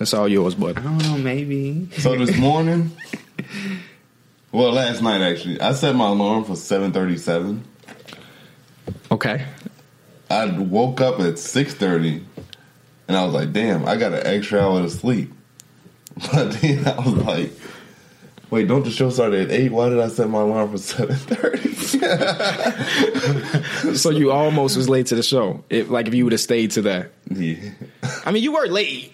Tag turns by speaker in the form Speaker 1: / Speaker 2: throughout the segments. Speaker 1: It's all yours,
Speaker 2: I
Speaker 1: bud.
Speaker 2: don't know, maybe.
Speaker 3: So this morning, well, last night actually, I set my alarm for seven thirty-seven.
Speaker 1: Okay.
Speaker 3: I woke up at six thirty, and I was like, "Damn, I got an extra hour to sleep." But then I was like, "Wait, don't the show start at eight? Why did I set my alarm for 7.30?
Speaker 1: So you almost was late to the show. If like if you would have stayed to that.
Speaker 3: yeah,
Speaker 1: I mean, you were late.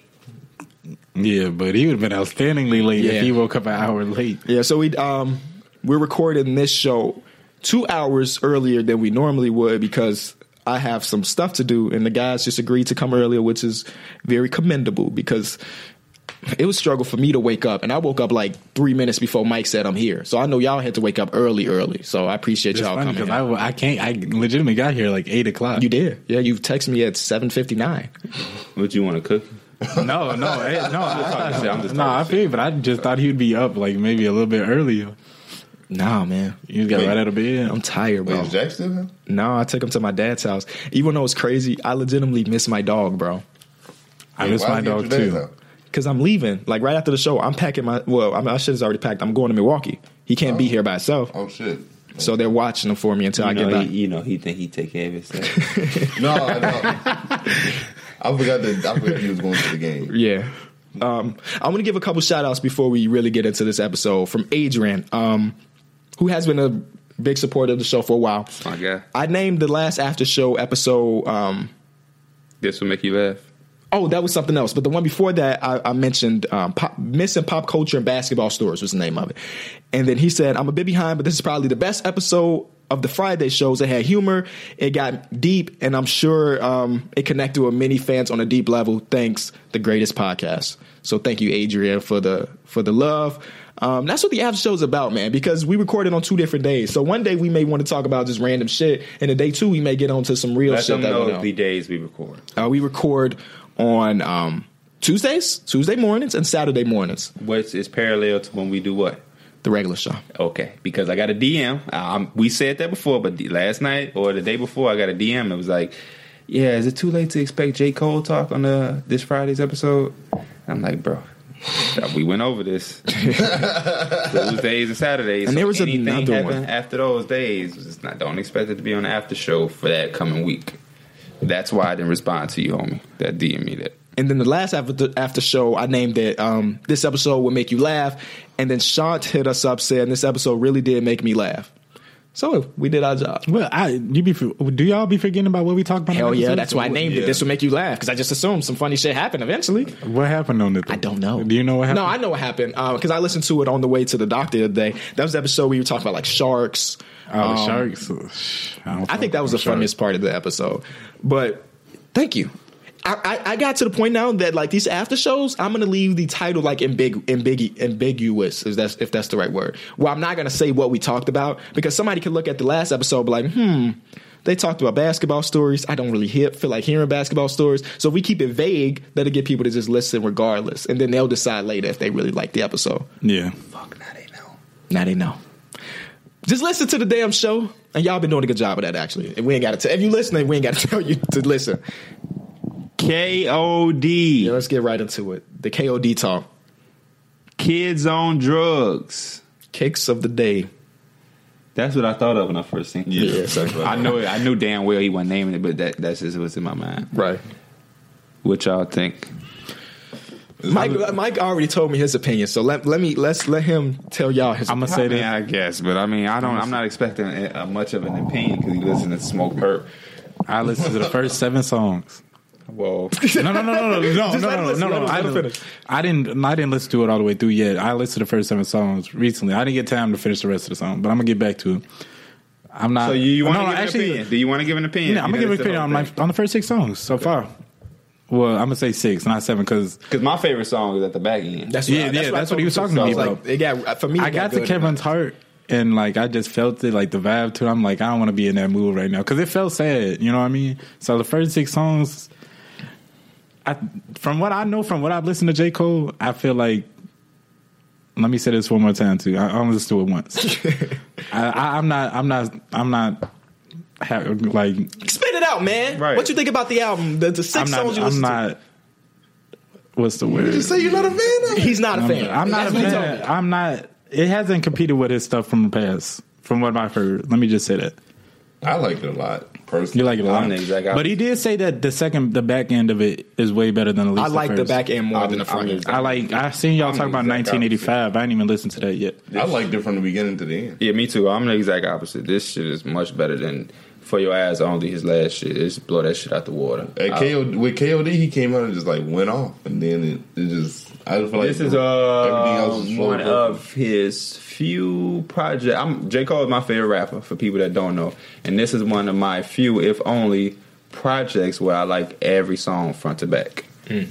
Speaker 4: Yeah, but he would have been outstandingly late
Speaker 1: Yeah.
Speaker 4: if he woke up an hour late.
Speaker 1: Yeah. So we um we're recording this show two hours earlier than we normally would because I have some stuff to do, and the guys just agreed to come earlier, which is very commendable because it was struggle for me to wake up, and I woke up like three minutes before Mike said I'm here. So I know y'all had to wake up early, early. So I appreciate
Speaker 4: It's
Speaker 1: y'all
Speaker 4: funny
Speaker 1: coming.
Speaker 4: because
Speaker 1: here.
Speaker 4: I, w- I can't. I legitimately got here like eight o'clock.
Speaker 1: you did, yeah. You texted me at seven fifty nine.
Speaker 2: Would you want to cook?
Speaker 4: No, no, eh, no. I
Speaker 2: talking
Speaker 4: thought-
Speaker 2: shit. I'm just
Speaker 4: no,
Speaker 2: talking
Speaker 4: I feel you, but I just thought he'd be up like maybe a little bit earlier.
Speaker 1: Nah, man,
Speaker 4: He just got
Speaker 3: Wait.
Speaker 4: right out of bed.
Speaker 1: I'm tired, bro.
Speaker 3: wait, is Jack still here?
Speaker 1: No, I take him to my dad's house. Even though it's crazy, I legitimately miss my dog, bro.
Speaker 4: I miss
Speaker 3: Why
Speaker 4: my
Speaker 3: did you
Speaker 4: dog
Speaker 3: do that,
Speaker 4: too.
Speaker 3: though?
Speaker 1: Cause I'm leaving. Like right after the show, I'm packing my. Well, I mean, my shit is already packed. I'm going to Milwaukee. He can't be here by himself,
Speaker 3: Oh shit!
Speaker 1: so they're watching him for me until
Speaker 2: You
Speaker 1: I get
Speaker 2: know,
Speaker 1: back.
Speaker 2: he, you know, he think he take care of himself.
Speaker 3: No, I, don't. I forgot that I forgot he was going to the game.
Speaker 1: Yeah. Um, I want to give a couple shout outs before we really get into this episode from Adrian, um, who has been a big supporter of the show for a while.
Speaker 2: My guy,
Speaker 1: I named the last after show episode. Um,
Speaker 2: this will make you laugh.
Speaker 1: oh, that was something else. But the one before that, I, I mentioned um, pop, missing pop culture and basketball stories was the name of it. And then he said, "I'm a bit behind, but this is probably the best episode." Of the Friday shows, it had humor, it got deep, and I'm sure um, it connected with many fans on a deep level. Thanks, the greatest podcast. So thank you, Adrian, for the for the love. Um, that's what the after show's about, man. Because we recorded on two different days, so one day we may want to talk about just random shit, and the day two we may get onto some real
Speaker 2: Let
Speaker 1: shit.
Speaker 2: them
Speaker 1: that went
Speaker 2: know
Speaker 1: on.
Speaker 2: the days we record.
Speaker 1: Uh, we record on um, Tuesdays, Tuesday mornings, and Saturday mornings.
Speaker 2: Which is parallel to when we do what?
Speaker 1: The regular show.
Speaker 2: Okay, because I got a DM. Um, we said that before, but the- last night or the day before, I got a DM. It was like, "Yeah, is it too late to expect J Cole talk on the this Friday's episode?" I'm like, "Bro, we went over this Tuesdays and Saturdays,
Speaker 1: And
Speaker 2: So
Speaker 1: there was
Speaker 2: anything
Speaker 1: another
Speaker 2: happen
Speaker 1: one.
Speaker 2: after those days. It's not don't expect it to be on the after show for that coming week. That's why I didn't respond to you, homie. That DM me that.
Speaker 1: And then the last after, after show, I named it um, This Episode Will Make You Laugh. And then Shant hit us up saying, This episode really did make me laugh. So we did our job.
Speaker 4: Well, I you be do y'all be forgetting about what we talked about?
Speaker 1: Hell
Speaker 4: on the
Speaker 1: yeah,
Speaker 4: episode?
Speaker 1: that's why I named it
Speaker 3: yeah.
Speaker 1: This Will Make You Laugh because I just assumed some funny shit happened eventually.
Speaker 4: What happened on it?
Speaker 1: I don't know.
Speaker 4: Do you know what happened?
Speaker 1: No, I know what happened because I listened to it on the way to the doctor the other day. That was the episode where you were talking about like sharks.
Speaker 4: Oh,
Speaker 1: um,
Speaker 4: the sharks. Oh, sh- I, don't
Speaker 1: I think that was the
Speaker 4: fuck with
Speaker 1: funniest part of the episode. But thank you. I, I, I got to the point now that like these after shows, I'm gonna leave the title like ambig, ambig, ambiguous, if that's if that's the right word. Well, I'm not gonna say what we talked about because somebody could look at the last episode, and be like, hmm, they talked about basketball stories. I don't really hear, feel like hearing basketball stories. So if we keep it vague, that'll get people to just listen regardless, and then they'll decide later if they really like the episode.
Speaker 4: Yeah.
Speaker 2: Fuck, now they know.
Speaker 1: Now they know. Just listen to the damn show, and y'all been doing a good job of that. Actually, and we ain't got to. Tell, if you listening, we ain't got to tell you to listen.
Speaker 2: K O
Speaker 1: Yeah,
Speaker 2: D.
Speaker 1: let's get right into it. The KOD talk,
Speaker 2: Kids on drugs.
Speaker 1: kicks of the day.
Speaker 2: That's what I thought of when I first seen. it.
Speaker 1: Yeah, so-
Speaker 2: I know it, I knew damn well he wasn't naming it, but that that's just what's in my mind.
Speaker 1: Right.
Speaker 2: What y'all think?
Speaker 1: Mike, Mike already told me his opinion, so let let me let's let him tell y'all his.
Speaker 4: I'm gonna
Speaker 2: I
Speaker 4: say
Speaker 2: mean,
Speaker 4: that
Speaker 2: I guess, but I mean, I don't. I'm not expecting a, a much of an opinion because he listened to Smoke Perp.
Speaker 4: I listened to the first seven songs.
Speaker 2: Well,
Speaker 4: No, no, no, no, no, no, no,
Speaker 1: Just let him
Speaker 4: no,
Speaker 1: listen, let
Speaker 4: no,
Speaker 1: him-
Speaker 4: no. I
Speaker 1: let him
Speaker 4: didn't,
Speaker 1: finish.
Speaker 4: I didn't, I didn't listen to it all the way through yet. I listened to the first seven songs recently. I didn't get time to finish the rest of the song, but I'm gonna get back to it. I'm not.
Speaker 2: so you, you want to
Speaker 4: no, no,
Speaker 2: give an opinion? Do you want to give an opinion?
Speaker 4: Yeah, I'm gonna give an opinion on my on the first six songs so far. Well, I'm gonna say six, not seven, because
Speaker 2: because my favorite song is at the back end.
Speaker 1: that's
Speaker 4: yeah, yeah,
Speaker 1: I
Speaker 4: that's
Speaker 1: told
Speaker 4: what he was
Speaker 1: him So
Speaker 4: talking to
Speaker 1: I
Speaker 4: me
Speaker 1: was
Speaker 4: about.
Speaker 1: Like, it got for me.
Speaker 4: I
Speaker 1: it
Speaker 4: got to
Speaker 1: good.
Speaker 4: Kevin's heart and like I just felt it, like the vibe to it. I'm like, I don't want to be in that mood right now because it felt sad. You know what I mean? So the first six songs, I from what I know, from what I've listened to J Cole, I feel like. Let me say this one more time too. I I only listened to it once. I, I, I'm not. I'm not. I'm not. Ha- like
Speaker 1: Spit it out, man.
Speaker 2: Right.
Speaker 1: What you think about the album? The, the 6
Speaker 4: I'm not.
Speaker 1: songs you
Speaker 4: I'm
Speaker 1: listen
Speaker 4: not. what's the word?
Speaker 3: You say you're not a fan of it.
Speaker 1: He's not a fan.
Speaker 4: I'm not a
Speaker 1: That's what he told
Speaker 4: fan.
Speaker 1: me.
Speaker 4: I'm not. It hasn't competed with his stuff from the past, from what I've heard. Let me just say that
Speaker 3: I liked it a lot, personally.
Speaker 4: you like it a lot,
Speaker 2: I'm the exact opposite.
Speaker 4: but he did say that the second, the back end of it is way better than at least
Speaker 1: I like the
Speaker 4: first.
Speaker 1: back end more
Speaker 2: I'm-
Speaker 1: than the front
Speaker 2: I'm-
Speaker 1: end.
Speaker 4: I like. I seen y'all
Speaker 2: I'm
Speaker 4: talk
Speaker 2: the
Speaker 4: about
Speaker 2: exact
Speaker 4: 1985. I ain't even listened to that yet.
Speaker 3: I liked it from the beginning to the end.
Speaker 2: Yeah, me too. I'm the exact opposite. This shit is much better than for your ass only his last shit. It's blow that shit out the water.
Speaker 3: At
Speaker 2: I-
Speaker 3: KOD, with KOD, he came out and just like went off, and then it, it just I just feel like
Speaker 2: This is
Speaker 3: everything
Speaker 2: uh,
Speaker 3: else is
Speaker 2: one
Speaker 3: slow.
Speaker 2: of his few projects. I'm J Cole is my favorite rapper for people that don't know, and this is one of my few, if only, projects where I like every song front to back.
Speaker 1: Hmm.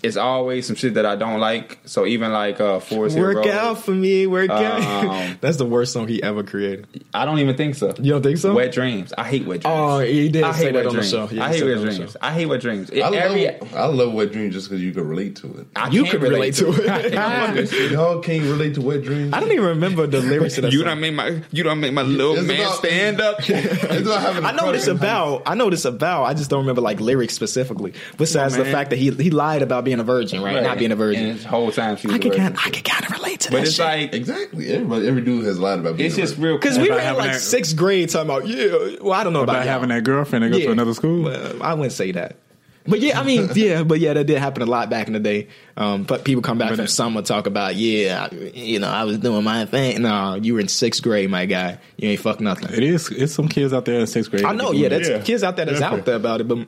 Speaker 2: It's always some shit that I don't like. So even like uh, Forest Hill
Speaker 1: Work
Speaker 2: Road,
Speaker 1: out for me, work out.
Speaker 2: Um,
Speaker 1: That's the worst song he ever created.
Speaker 2: I don't even think so.
Speaker 1: You don't think so?
Speaker 2: Wet Dreams. I hate Wet Dreams.
Speaker 1: Oh, he did
Speaker 2: I
Speaker 1: say that
Speaker 2: hate Wet
Speaker 1: on the
Speaker 2: Dreams.
Speaker 1: show. Yeah,
Speaker 2: I
Speaker 1: he
Speaker 2: hate
Speaker 1: said
Speaker 2: Wet
Speaker 1: that on the
Speaker 2: Dreams. I hate Wet Dreams.
Speaker 3: I love
Speaker 2: Every-
Speaker 3: I love Wet Dream just because you can relate to it.
Speaker 2: I
Speaker 1: You
Speaker 2: can't
Speaker 1: could relate to it.
Speaker 2: I can't relate to it.
Speaker 3: Y'all can't relate to Wet Dreams.
Speaker 1: I don't even remember the lyrics of that
Speaker 2: You
Speaker 1: song.
Speaker 2: don't make my you don't make my little
Speaker 3: It's
Speaker 2: man
Speaker 3: about-
Speaker 2: stand up.
Speaker 3: It's about having
Speaker 1: I
Speaker 3: a
Speaker 1: know what
Speaker 3: crush.
Speaker 1: it's about. I know what it's about. I just don't remember like lyrics specifically. Besides the
Speaker 2: man.
Speaker 1: fact that he he lied about being a virgin, right? Not being a
Speaker 2: And
Speaker 1: virgin.
Speaker 2: this whole time she was
Speaker 1: I
Speaker 2: a
Speaker 1: can
Speaker 2: virgin.
Speaker 1: kind I can kind of relate to that.
Speaker 2: but it's
Speaker 1: shit.
Speaker 2: like
Speaker 3: Exactly. Everybody, every dude has lied about being.
Speaker 2: it's
Speaker 3: a
Speaker 2: just
Speaker 3: virgin.
Speaker 2: real.
Speaker 1: because we
Speaker 4: about
Speaker 1: were in
Speaker 4: having
Speaker 1: like
Speaker 4: that-
Speaker 1: sixth grade talking about yeah. Well, I don't know about,
Speaker 4: About
Speaker 1: y'all.
Speaker 4: having that girlfriend and go
Speaker 1: Yeah.
Speaker 4: to another school.
Speaker 1: Well, I wouldn't say that. But yeah, I mean, yeah, but yeah, that did happen a lot back in the day. Um, but people come back
Speaker 4: But
Speaker 1: from
Speaker 4: it-
Speaker 1: summer talk about, yeah, I- you know, I was doing my thing. No, you were in sixth grade, my guy. You ain't fuck nothing.
Speaker 4: It is. It's some kids out there in sixth grade.
Speaker 1: I know, yeah, that's
Speaker 3: Yeah.
Speaker 1: kids out there that's out there about it, but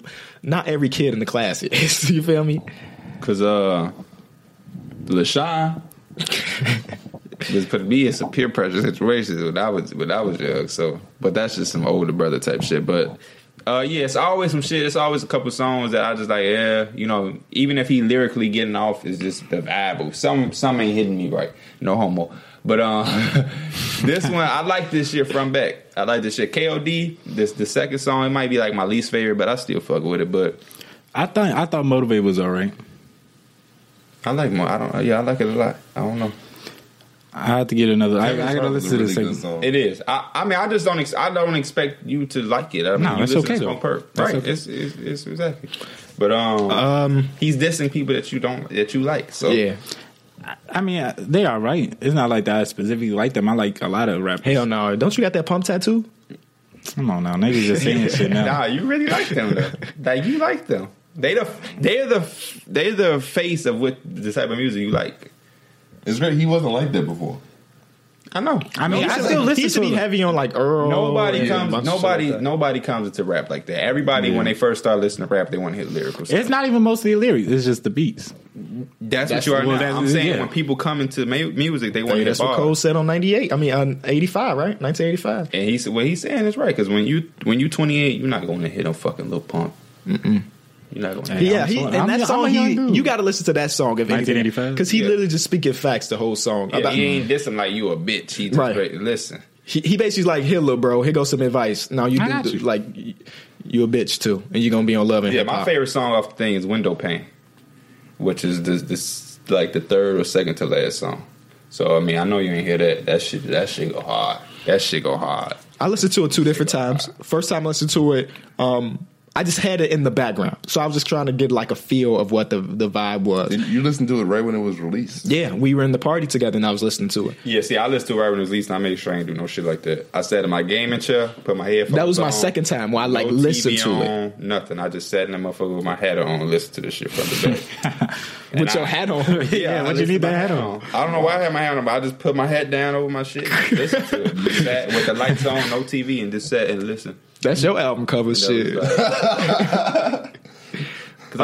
Speaker 1: not every kid in the class is. you feel me?
Speaker 2: because uh, Lashai. just put me in some peer pressure situations when I was when I was young. So, but that's just some older brother type shit. But uh, yeah, it's always some shit. It's always a couple songs that I just like. Yeah, you know, even if he lyrically getting off, it's just the vibe. Some some ain't hitting me right. No homo. But um, this one I like this shit from back. I like this shit. K.O.D. This the second song. It might be like my least favorite, but I still fuck with it. But
Speaker 4: I thought. I thought motivate was all right.
Speaker 2: I like more. I don't. Yeah, I like it a lot. I don't know.
Speaker 4: I have to get another. I, I
Speaker 3: Kevin
Speaker 4: gotta
Speaker 3: Hart was
Speaker 4: listen to
Speaker 3: a
Speaker 4: this.
Speaker 3: really good
Speaker 4: second.
Speaker 3: song.
Speaker 2: It is. I, I mean, I just don't. Ex- I don't expect you to like it. I mean,
Speaker 4: No,
Speaker 2: you
Speaker 4: it's
Speaker 2: listen
Speaker 4: okay,
Speaker 2: to it
Speaker 4: though.
Speaker 2: on purpose.
Speaker 4: That's
Speaker 2: right?
Speaker 4: okay.
Speaker 2: It's, it's, it's exactly. But um,
Speaker 1: Um,
Speaker 2: he's dissing people that you don't that you like. So
Speaker 1: yeah.
Speaker 4: I mean, I- they are right. It's not like that. I specifically like them. I like a lot of rappers.
Speaker 1: Hell no. Don't you got that pump tattoo?
Speaker 4: Come on now, niggas just saying shit now.
Speaker 2: Nah, you really like them. though. like you like them. They the they're the they're the face of what the type of music you like.
Speaker 3: It's great. He wasn't like that before.
Speaker 2: I know.
Speaker 4: I mean,
Speaker 1: He
Speaker 4: I
Speaker 1: should-
Speaker 4: still
Speaker 1: he
Speaker 4: listen
Speaker 1: should
Speaker 4: to
Speaker 1: be
Speaker 4: them.
Speaker 1: heavy on like Earl.
Speaker 2: Nobody
Speaker 1: and a
Speaker 2: comes.
Speaker 1: Oh, bunch of shit
Speaker 2: Nobody.
Speaker 1: like that.
Speaker 2: nobody comes into rap like that. Everybody, when they first start listening to rap, they want to hit lyrical. stuff.
Speaker 4: It's not even mostly the lyrics. It's just the beats.
Speaker 2: That's,
Speaker 1: That's-
Speaker 2: what you are
Speaker 4: well,
Speaker 2: now.
Speaker 4: that's-
Speaker 2: I'm saying
Speaker 4: yeah.
Speaker 2: when people come into mu- music, they want to
Speaker 1: Hey,
Speaker 2: hit
Speaker 1: that's what
Speaker 2: bars.
Speaker 1: Cole said on 98. I mean, on 85, right? 1985.
Speaker 2: And he said, "What he's saying is right because when you when you 28, you're not going to hit no fucking little pump. Mm-mm. You're not going to. hit
Speaker 1: Yeah,
Speaker 4: I'm
Speaker 1: he,
Speaker 4: sorry.
Speaker 1: and
Speaker 4: I'm-
Speaker 1: that
Speaker 4: I'm
Speaker 1: song,
Speaker 4: a young
Speaker 1: he,
Speaker 4: dude.
Speaker 1: you got to listen to that song if
Speaker 4: 1985?
Speaker 1: because he
Speaker 2: Yeah.
Speaker 1: literally just speaking facts the whole song.
Speaker 2: Yeah,
Speaker 1: about, he,
Speaker 2: he ain't dissing like you a bitch. He just
Speaker 1: Right.
Speaker 2: straight- listen.
Speaker 1: he basically like, here, little bro, here goes some advice. Now you,
Speaker 4: I
Speaker 1: do,
Speaker 4: got you.
Speaker 1: like, y- you a bitch too, and you're gonna be on love and
Speaker 2: Yeah,
Speaker 1: Hip
Speaker 2: my
Speaker 1: Hop.
Speaker 2: favorite song off the thing is "Window Pane," which is this this like the third or second to last song. So I mean, I know you ain't hear that. That shit. That shit go hard. That shit go hard.
Speaker 1: I listened to it two different times. First time I listened to it, um, I just had it in the background, so I was just trying to get like a feel of what the the vibe was.
Speaker 3: And You listened to it right when it was released.
Speaker 1: Yeah, we were in the party together, and I was listening to it.
Speaker 2: Yeah, see, I listen to it right when it was released, and I made sure I ain't do no shit like that. I sat in my gaming chair, put my headphones.
Speaker 1: That was my
Speaker 2: on,
Speaker 1: second time where I like
Speaker 2: no
Speaker 1: listened
Speaker 2: TV
Speaker 1: to it.
Speaker 2: on, Nothing. I just sat in the motherfucker with my hat on, and listened to this shit from the back.
Speaker 1: with
Speaker 2: And
Speaker 1: your
Speaker 2: I-
Speaker 1: hat on.
Speaker 4: Yeah,
Speaker 2: I
Speaker 4: what you need
Speaker 2: listened to
Speaker 4: that
Speaker 2: my
Speaker 4: hat on?
Speaker 2: I don't know why I had my hat on, but I just put my hat down over my shit. and Listen to it. Just sat with the lights on, no TV, and just sat and listen.
Speaker 1: That's your album cover shit.
Speaker 2: Because
Speaker 4: Uh,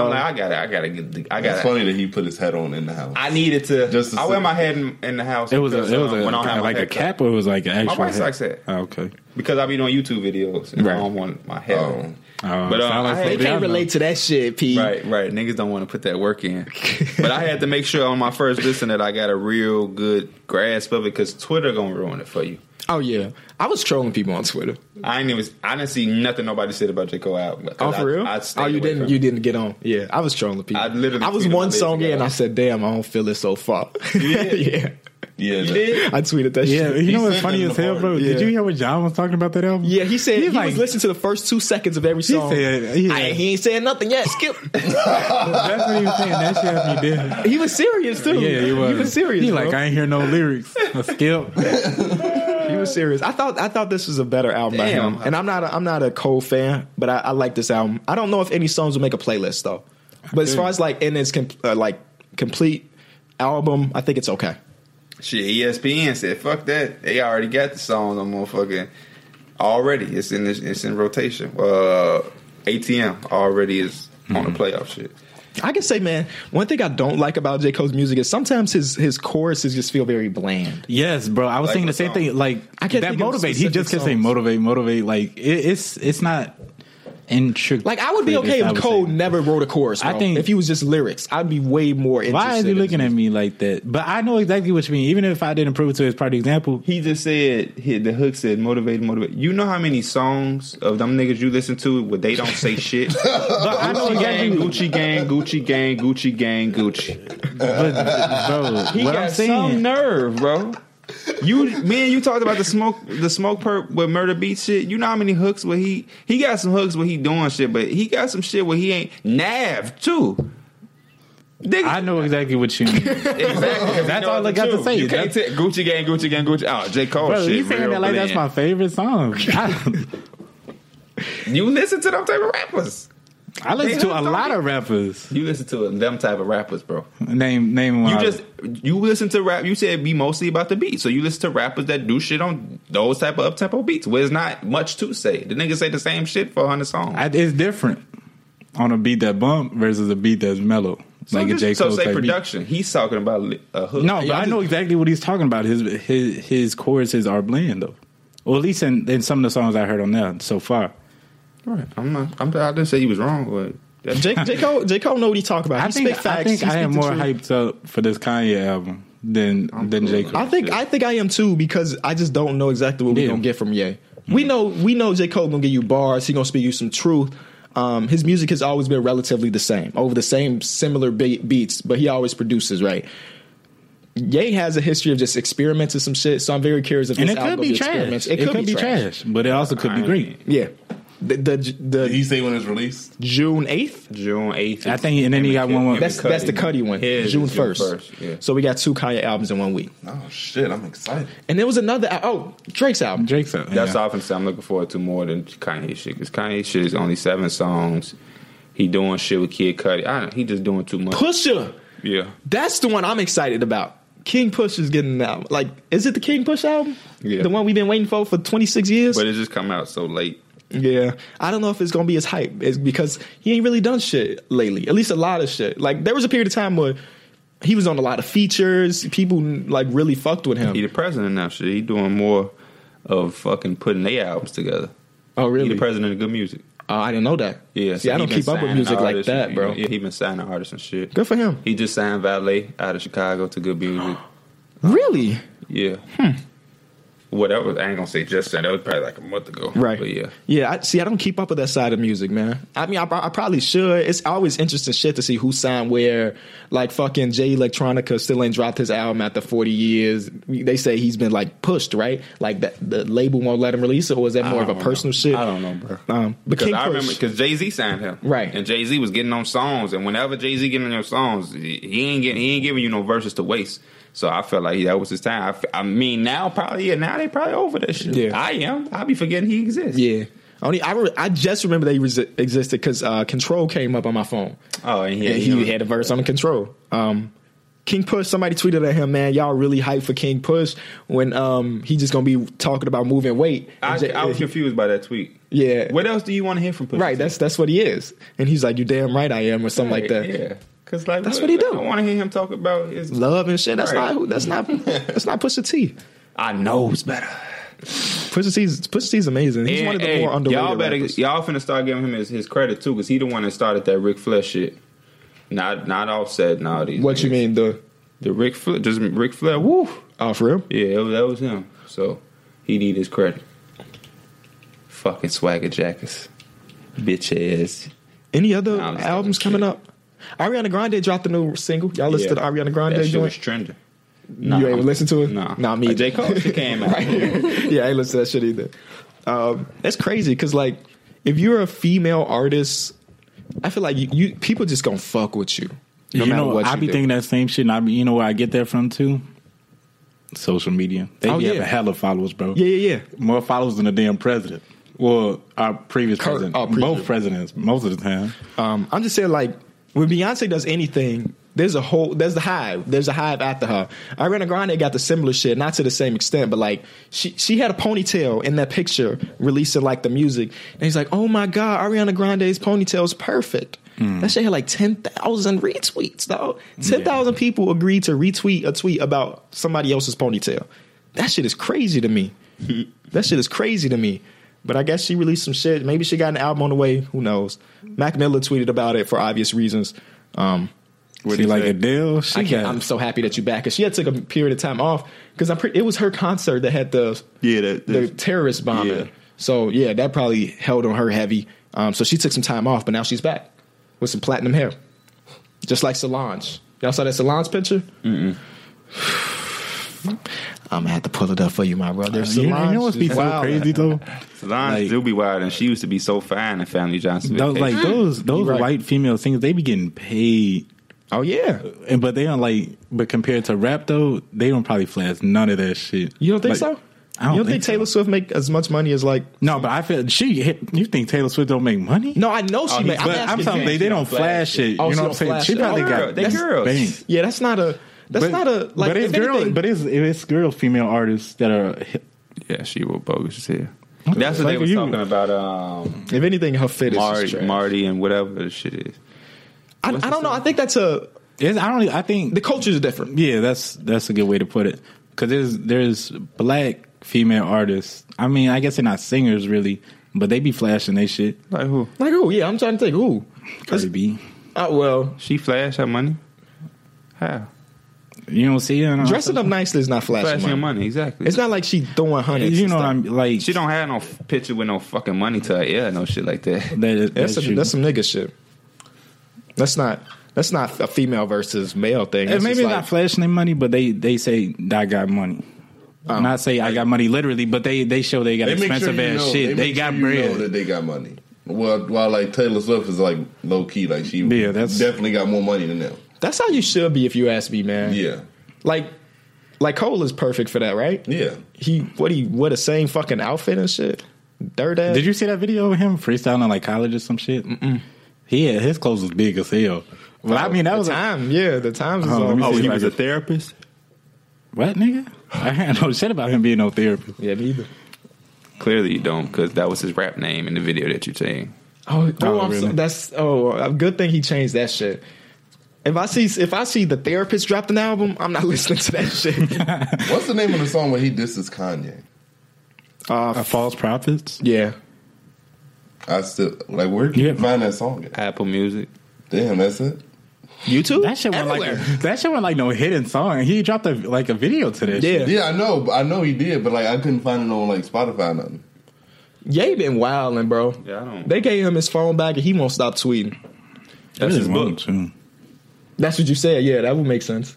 Speaker 2: I'm like, I gotta, I gotta get, the, I
Speaker 3: It's
Speaker 2: gotta.
Speaker 3: funny that he put his hat on in the house.
Speaker 2: I needed to.
Speaker 3: Just
Speaker 2: Just
Speaker 3: to
Speaker 2: I wear
Speaker 3: sit.
Speaker 2: my hat in, in the house.
Speaker 4: It was a,
Speaker 2: because,
Speaker 4: it was
Speaker 2: um,
Speaker 4: a,
Speaker 2: when I don't have my
Speaker 4: like a
Speaker 2: hair cut.
Speaker 4: cap or it was like an actual
Speaker 2: wife's
Speaker 4: hat?
Speaker 2: like that.
Speaker 4: Oh, okay.
Speaker 2: because I be doing YouTube videos and
Speaker 1: Right.
Speaker 2: I don't want my hair.
Speaker 3: Oh.
Speaker 2: on.
Speaker 4: Oh,
Speaker 2: But, uh,
Speaker 4: sound
Speaker 2: I-
Speaker 1: They
Speaker 4: somebody I
Speaker 1: can't
Speaker 4: know.
Speaker 1: relate to that shit, P.
Speaker 2: Right, right. Niggas don't want to put that work in. but I had to make sure on my first listen that I got a real good grasp of it because Twitter gonna ruin it for you.
Speaker 1: Oh yeah, I was trolling people on Twitter.
Speaker 2: I ain't even. I didn't see nothing nobody said about J Cole album. 'cause
Speaker 1: Oh for
Speaker 2: I,
Speaker 1: real?
Speaker 2: I stayed
Speaker 1: oh, you
Speaker 2: away
Speaker 1: didn't.
Speaker 2: from
Speaker 1: You
Speaker 2: it.
Speaker 1: didn't get on. Yeah, I was trolling people.
Speaker 2: I literally
Speaker 1: I was
Speaker 2: tweeted my
Speaker 1: one
Speaker 2: days
Speaker 1: song
Speaker 2: ago.
Speaker 1: in. I said, "Damn, I don't feel it so far." yeah.
Speaker 3: Yeah, that-
Speaker 1: I tweeted that
Speaker 4: Yeah,
Speaker 1: shit.
Speaker 4: you
Speaker 3: He
Speaker 4: know what's
Speaker 3: said
Speaker 4: funny
Speaker 3: that in
Speaker 4: as
Speaker 3: the
Speaker 4: hell,
Speaker 3: party.
Speaker 4: bro? Did
Speaker 1: Yeah.
Speaker 4: you hear what John was talking about that album?
Speaker 1: Yeah, he said
Speaker 4: He's
Speaker 1: he
Speaker 4: like-
Speaker 1: was listening to the first two seconds of every
Speaker 4: He
Speaker 1: song.
Speaker 4: said, yeah.
Speaker 1: I- he ain't saying nothing yet. Skip.
Speaker 4: That's what he was saying. That shit had me dead.
Speaker 1: he was serious too.
Speaker 4: Yeah, he was.
Speaker 1: He was serious.
Speaker 4: He
Speaker 1: bro.
Speaker 4: like, I ain't hear no lyrics. A skip.
Speaker 1: He was serious. I thought I thought this was a better album
Speaker 2: Damn.
Speaker 1: by him. And I'm not a, I'm not a Cole fan, but I, I like this album. I don't know if any songs will make a playlist though. But as
Speaker 4: Okay.
Speaker 1: far as like in its com- uh, like complete album, I think it's okay.
Speaker 2: Shit, E ESPN said, "Fuck that." They already got the song on motherfucking already. It's in this, it's in rotation. Uh, ATM already is on the playoff shit.
Speaker 1: I can say, man, one thing I don't like about J Cole's music is sometimes his his choruses just feel very bland.
Speaker 4: Yes, bro. I was
Speaker 2: Like
Speaker 4: thinking the
Speaker 2: what
Speaker 4: same
Speaker 2: song?
Speaker 4: thing. Like
Speaker 1: I can't think
Speaker 4: that
Speaker 1: of
Speaker 4: motivate. He just
Speaker 1: specific
Speaker 4: kept saying
Speaker 1: songs.
Speaker 4: motivate, motivate. Like it, it's it's not intricate.
Speaker 1: Like I would be okay if Cole never wrote a chorus. I
Speaker 4: I
Speaker 1: think
Speaker 4: think-
Speaker 1: if he was just lyrics, I'd be way more. Interested
Speaker 4: Why is he
Speaker 1: in
Speaker 4: looking
Speaker 1: his
Speaker 4: at me like that? But I know exactly what you mean. Even if I didn't prove it to his party example,
Speaker 2: He just said he, the hook said motivate, motivate. You know how many songs of them niggas you listen to where they don't say shit.
Speaker 4: but I know
Speaker 2: Gucci gang,
Speaker 4: exactly.
Speaker 2: Gucci gang, Gucci gang, Gucci gang, Gucci.
Speaker 4: But, bro,
Speaker 2: He
Speaker 4: what
Speaker 2: got
Speaker 4: I'm
Speaker 2: some
Speaker 4: saying,
Speaker 2: nerve, bro. You man, you talked about the smoke, the smoke perp with murder beat shit. You know how many hooks where he he got some hooks where he doing shit, but he got some shit where he ain't nav too. Nigga,
Speaker 4: I know exactly what you mean.
Speaker 2: exactly.
Speaker 4: That's all I got to say.
Speaker 2: You can't take Gucci gang, Gucci gang, Gucci. Oh, J Cole
Speaker 4: Bro,
Speaker 2: shit.
Speaker 4: you saying
Speaker 2: real
Speaker 4: that like that's my
Speaker 2: bland.
Speaker 4: favorite song. I,
Speaker 2: You listen to them type of rappers.
Speaker 4: I listen
Speaker 2: They
Speaker 4: to a
Speaker 2: hooked on
Speaker 4: lot
Speaker 2: me.
Speaker 4: of rappers.
Speaker 2: You listen to them type of rappers, bro.
Speaker 4: Name name one.
Speaker 2: You just you listen to rap. You said be mostly about the beat, so you listen to rappers that do shit on those type of up tempo beats. Where it's not much to say. The niggas say the same shit for hundred songs.
Speaker 4: I, it's different on a beat that bump versus a beat that's mellow,
Speaker 2: So
Speaker 4: like
Speaker 2: just-
Speaker 4: a J Cole
Speaker 2: so say
Speaker 4: type beat.
Speaker 2: production. He's talking about li- a hook.
Speaker 4: No,
Speaker 1: Yeah,
Speaker 4: but
Speaker 1: I
Speaker 4: I know exactly what he's talking about. His his his choruses are bland though, or at least in, in some of the songs I heard on there so far.
Speaker 2: Right. I'm not. I'm, I didn't say he was wrong. But that's-
Speaker 1: J, J Cole J Cole know what he talk about.
Speaker 4: I
Speaker 1: he
Speaker 4: think
Speaker 1: speak facts.
Speaker 4: I think
Speaker 1: he
Speaker 4: I
Speaker 1: speak
Speaker 4: am
Speaker 1: the
Speaker 4: more
Speaker 1: truth.
Speaker 4: hyped up for this Kanye album than than J Cole.
Speaker 1: I think I think I am too because I just don't know exactly what
Speaker 4: Yeah. Mm-hmm.
Speaker 1: we're gonna get from Ye. We know we know J. Cole gonna give you bars, he gonna speak you some truth. Um, his music has always been relatively the same, over the same similar be- beats, but he always produces, right? Ye has a history of just experimenting some shit, so I'm very curious if
Speaker 4: and
Speaker 1: this
Speaker 4: it could
Speaker 1: album
Speaker 4: be
Speaker 1: is
Speaker 4: trash.
Speaker 1: experiments.
Speaker 4: It, could, be, trash. but it also could be
Speaker 2: I-
Speaker 4: great.
Speaker 1: Yeah. The the, the
Speaker 3: Did he say when it's released?
Speaker 1: June eighth?
Speaker 2: June eighth.
Speaker 4: I think- and then he got one more-
Speaker 1: That's that's the Cuddy one. June first.
Speaker 2: Yeah.
Speaker 1: So we got two Kanye albums in one week.
Speaker 3: Oh shit, I'm excited.
Speaker 1: And there was another al- oh, Drake's album.
Speaker 4: Drake's up.
Speaker 2: That's
Speaker 4: yeah.
Speaker 2: all offense I'm looking forward to more than Kanye shit. Because Kanye shit is only seven songs. He doing shit with Kid Cudi. I don't, he just doing too much.
Speaker 1: Pusha.
Speaker 2: Yeah,
Speaker 1: That's the one I'm excited about. King Push is getting out. Like, is it the King Push album?
Speaker 2: Yeah.
Speaker 1: The one we've been waiting for for 26 years?
Speaker 2: but it just come out so late.
Speaker 1: yeah. I don't know if it's going to be as hype it's because he ain't really done shit lately. At least a lot of shit. Like, there was a period of time where he was on a lot of features. People, like, really fucked with him.
Speaker 2: He the president now. Shit, he doing more of fucking putting their albums together.
Speaker 1: oh,
Speaker 2: He
Speaker 1: really?
Speaker 2: the president of good music.
Speaker 1: oh, I didn't know that.
Speaker 2: Yeah,
Speaker 1: See,
Speaker 2: so
Speaker 1: I
Speaker 2: he
Speaker 1: don't
Speaker 2: been
Speaker 1: keep up with
Speaker 2: signing
Speaker 1: music like
Speaker 2: artists,
Speaker 1: that,
Speaker 2: you
Speaker 1: bro.
Speaker 2: know, Yeah, he been signing artists and shit.
Speaker 1: Good for him.
Speaker 2: He just signed Valet out of Chicago to good music.
Speaker 1: Really?
Speaker 2: Yeah. Hmm. Well, that was I ain't gonna say just that. That was probably like a month ago.
Speaker 1: Right.
Speaker 2: But yeah.
Speaker 1: Yeah. I, see, I don't keep up with that side of music, man. I mean, I, I probably should. It's always interesting shit to see who signed where. Like fucking Jay Electronica still ain't dropped his album after forty years. They say he's been like pushed, right? Like that the label won't let him release it, or is that more of a
Speaker 2: don't
Speaker 1: personal shit?
Speaker 2: I don't know, bro.
Speaker 1: Um, but
Speaker 2: Because
Speaker 1: King
Speaker 2: I remember
Speaker 1: Push,
Speaker 2: because Jay Z signed him,
Speaker 1: Right.
Speaker 2: And Jay Z was getting on songs, and whenever Jay Z getting on your songs, he he ain't getting, he ain't giving you no verses to waste. So I felt like that was his time. I f- I, mean, now probably yeah, now they probably over that shit.
Speaker 1: Yeah.
Speaker 2: I am. I be forgetting he exists.
Speaker 1: yeah. Only I, re- I just remember they resi- existed because uh, Control came up on my phone.
Speaker 2: Oh, and he,
Speaker 1: Yeah, he had a verse on the control. Um, King Push, somebody tweeted at him, man, y'all really hyped for King Push when um, he just gonna be talking about moving weight.
Speaker 2: I,
Speaker 1: And J-
Speaker 2: I was confused by that tweet.
Speaker 1: Yeah.
Speaker 2: What else do you want to hear from Pusha?
Speaker 1: right,
Speaker 2: T?
Speaker 1: that's that's what he is, and he's like, "You damn right I am," or something like that.
Speaker 2: Yeah. Cause like
Speaker 1: That's what he do.
Speaker 2: I want to hear him talk about his.
Speaker 1: Love and shit. That's
Speaker 2: Right.
Speaker 1: not who. That's not. That's not Pusha T.
Speaker 2: I knows better.
Speaker 1: Pusha T's Pusha T's amazing. He's
Speaker 2: And,
Speaker 1: one of the
Speaker 2: hey,
Speaker 1: more underrated.
Speaker 2: Y'all better,
Speaker 1: rappers.
Speaker 2: y'all finna start giving him his, his credit too, because he the one that started that Ric Flair shit. Not not offset and all these.
Speaker 1: What you
Speaker 2: niggas.
Speaker 1: mean the?
Speaker 2: The Ric Flair, just Ric Flair. Woo.
Speaker 1: Oh, for real?
Speaker 2: Yeah, that was, that was him. So he need his credit. Fucking swagger jackets, bitch ass.
Speaker 1: Any other
Speaker 2: Nah, I'm just
Speaker 1: albums
Speaker 2: talking
Speaker 1: coming up? Ariana Grande dropped a new single. Y'all listen to
Speaker 2: Yeah.
Speaker 1: the Ariana
Speaker 2: That
Speaker 1: Grande
Speaker 2: shit was
Speaker 1: joint.
Speaker 2: trending. Nah.
Speaker 1: you ain't listen to it?
Speaker 2: Nah.
Speaker 1: Nah, me.
Speaker 2: But J. Cole
Speaker 1: either.
Speaker 2: shit came out.
Speaker 1: Right. yeah, I ain't listen to that shit either. Um, that's crazy because, like, if you're a female artist, I feel like you, you people just gonna fuck with you. No
Speaker 4: you
Speaker 1: matter
Speaker 4: know,
Speaker 1: what
Speaker 4: I
Speaker 1: you
Speaker 4: be
Speaker 1: do.
Speaker 4: thinking that same shit. And I be, you know where I get that from too? Social media. They
Speaker 1: Oh,
Speaker 4: be
Speaker 1: yeah.
Speaker 4: having hella followers, bro.
Speaker 1: Yeah, yeah, yeah.
Speaker 4: More followers than the damn president. Well, our previous
Speaker 1: Current-
Speaker 4: president,
Speaker 1: our previous-
Speaker 4: both presidents, most of the time.
Speaker 1: Um, I'm just saying, like, when Beyonce does anything, there's a whole, there's the hive, there's a hive after her. Ariana Grande got the similar shit, not to the same extent, but like, she she had a ponytail in that picture releasing like the music, and he's like, oh my god, Ariana Grande's ponytail is perfect. That shit had like ten thousand retweets, though. Ten thousand people agreed to retweet a tweet about somebody else's ponytail. That shit is crazy to me. that shit is crazy to me. But I guess she released some shit. Maybe she got an album on the way. Who knows? Mac Miller tweeted about it for obvious reasons. Um,
Speaker 4: She like Adele. She
Speaker 1: I can't,
Speaker 4: got-
Speaker 1: I'm so happy that you back. Cause she had took a period of time off because I'm pretty. It was her concert that had the
Speaker 2: Yeah, that-
Speaker 1: the terrorist bombing.
Speaker 2: yeah.
Speaker 1: So yeah, that probably held on her heavy. Um, so she took some time off, but now she's back with some platinum hair, just like Solange. Y'all saw that Solange picture? Mm-mm. I'm gonna have to pull it up for you, my brother.
Speaker 4: Uh, you, you know what's be so
Speaker 1: Wow.
Speaker 4: crazy though?
Speaker 2: Solange
Speaker 4: Like-
Speaker 2: do be wild, and she used to be so fine in Family Johnson.
Speaker 4: Those, like those those
Speaker 1: You right.
Speaker 4: white female singers, they be getting paid,
Speaker 1: Oh yeah,
Speaker 4: and but they don't like. But compared to rap though, they don't probably flash none of that shit.
Speaker 1: you don't think
Speaker 4: Like,
Speaker 1: so?
Speaker 4: I don't
Speaker 1: you don't
Speaker 4: think
Speaker 1: think,
Speaker 4: so.
Speaker 1: Taylor Swift make as much money as like?
Speaker 4: No, but I feel she. Hit, you think Taylor Swift don't make money?
Speaker 1: No, I know she
Speaker 2: he's-
Speaker 1: make.
Speaker 4: but I'm,
Speaker 1: asking
Speaker 4: talking
Speaker 1: you.
Speaker 4: they, they don't flash it.
Speaker 1: Oh,
Speaker 4: you
Speaker 1: she
Speaker 4: know what
Speaker 1: don't
Speaker 4: I'm saying?
Speaker 1: flash
Speaker 4: She
Speaker 1: it.
Speaker 4: probably
Speaker 1: Oh,
Speaker 2: girl,
Speaker 4: got
Speaker 2: they
Speaker 4: that's
Speaker 2: girls.
Speaker 4: bank.
Speaker 1: Yeah, that's not a. That's
Speaker 4: But-
Speaker 1: not a like.
Speaker 4: but it's
Speaker 1: if
Speaker 4: girl.
Speaker 1: anything-
Speaker 4: But it's if it's girl female artists that are. hit-
Speaker 2: yeah, she was bogus as hell. That's what
Speaker 4: fuck
Speaker 2: they
Speaker 4: are
Speaker 2: was
Speaker 4: you?
Speaker 2: talking about. Um,
Speaker 1: if anything, her fit is just
Speaker 2: Marty,
Speaker 1: trash.
Speaker 2: Marty, and whatever the shit is.
Speaker 1: I, I don't know. I think that's a.
Speaker 4: It's, I don't. I think
Speaker 1: The cultures are different.
Speaker 4: Yeah, that's that's a good way to put it. Because there's there's black female artists. I mean, I guess they're not singers really, but they be flashing they shit.
Speaker 2: Like who?
Speaker 1: Like oh yeah, I'm trying to think. Ooh,
Speaker 4: Cardi B.
Speaker 1: uh, well,
Speaker 2: She flashed her money. How?
Speaker 4: You don't see her
Speaker 1: dressing up nicely is not flashing
Speaker 2: Flashing
Speaker 1: money.
Speaker 2: her money, exactly.
Speaker 1: It's not like she throwing hundreds.
Speaker 4: You
Speaker 1: and
Speaker 4: know what
Speaker 1: stuff.
Speaker 4: I'm like?
Speaker 2: she don't have no f- picture with no fucking money to her ear, no shit like that.
Speaker 4: That,
Speaker 1: That's
Speaker 4: that's
Speaker 1: some,
Speaker 4: true.
Speaker 1: that's some nigga shit. That's not. That's not a female versus male thing.
Speaker 4: And
Speaker 1: It's
Speaker 4: maybe
Speaker 1: just
Speaker 4: it's not flashing their money, but they they say I got money. Not say I got money literally, but they they show they got
Speaker 3: They make sure
Speaker 4: expensive
Speaker 3: you
Speaker 4: ass
Speaker 3: know-
Speaker 4: shit. They,
Speaker 3: make
Speaker 4: got
Speaker 3: sure you know
Speaker 4: bread.
Speaker 3: that they got money. Well, while like Taylor Swift is like low key, like she
Speaker 4: Yeah, that's-
Speaker 3: definitely got more money than them.
Speaker 1: that's how you should be if you ask me, man.
Speaker 3: Yeah,
Speaker 1: Like, like Cole is perfect for that, right?
Speaker 3: yeah.
Speaker 1: He what he what the same fucking outfit and shit. Dirt ass.
Speaker 4: Did you see that video of him freestyling like college or some shit? He had, his clothes was big as hell. Well, I mean that
Speaker 1: Oh, the
Speaker 4: was a-
Speaker 1: time. yeah, the times is
Speaker 4: Oh, let
Speaker 1: on.
Speaker 4: me see.
Speaker 1: yeah.
Speaker 4: was a
Speaker 2: therapist.
Speaker 4: What nigga? I had no shit about him being no therapist.
Speaker 1: me either.
Speaker 2: Clearly you don't, because that was his rap name in the video that you saying.
Speaker 1: Oh, oh,
Speaker 4: Oh,
Speaker 1: I'm so,
Speaker 4: really?
Speaker 1: that's oh, a good thing he changed that shit. If I see if I see the therapist dropped an album, I'm not listening to that shit.
Speaker 3: What's the name of the song where he disses Kanye?
Speaker 4: Uh, false prophets.
Speaker 1: yeah,
Speaker 3: I still like where can you
Speaker 4: Yeah.
Speaker 3: find that song? At?
Speaker 2: Apple Music.
Speaker 3: Damn, that's it.
Speaker 1: YouTube.
Speaker 4: That shit went like
Speaker 1: Everywhere.
Speaker 4: that shit went like no hidden song. He dropped a, like a video to this.
Speaker 1: yeah,
Speaker 3: Yeah, I know, but I know he did, but like I couldn't find it on like Spotify or nothing.
Speaker 1: Ye been wilding, bro.
Speaker 2: Yeah, I don't-
Speaker 1: They gave him his phone back and he won't stop tweeting.
Speaker 4: that's
Speaker 2: his book.
Speaker 4: Too.
Speaker 1: That's what you said. Yeah, that would make sense.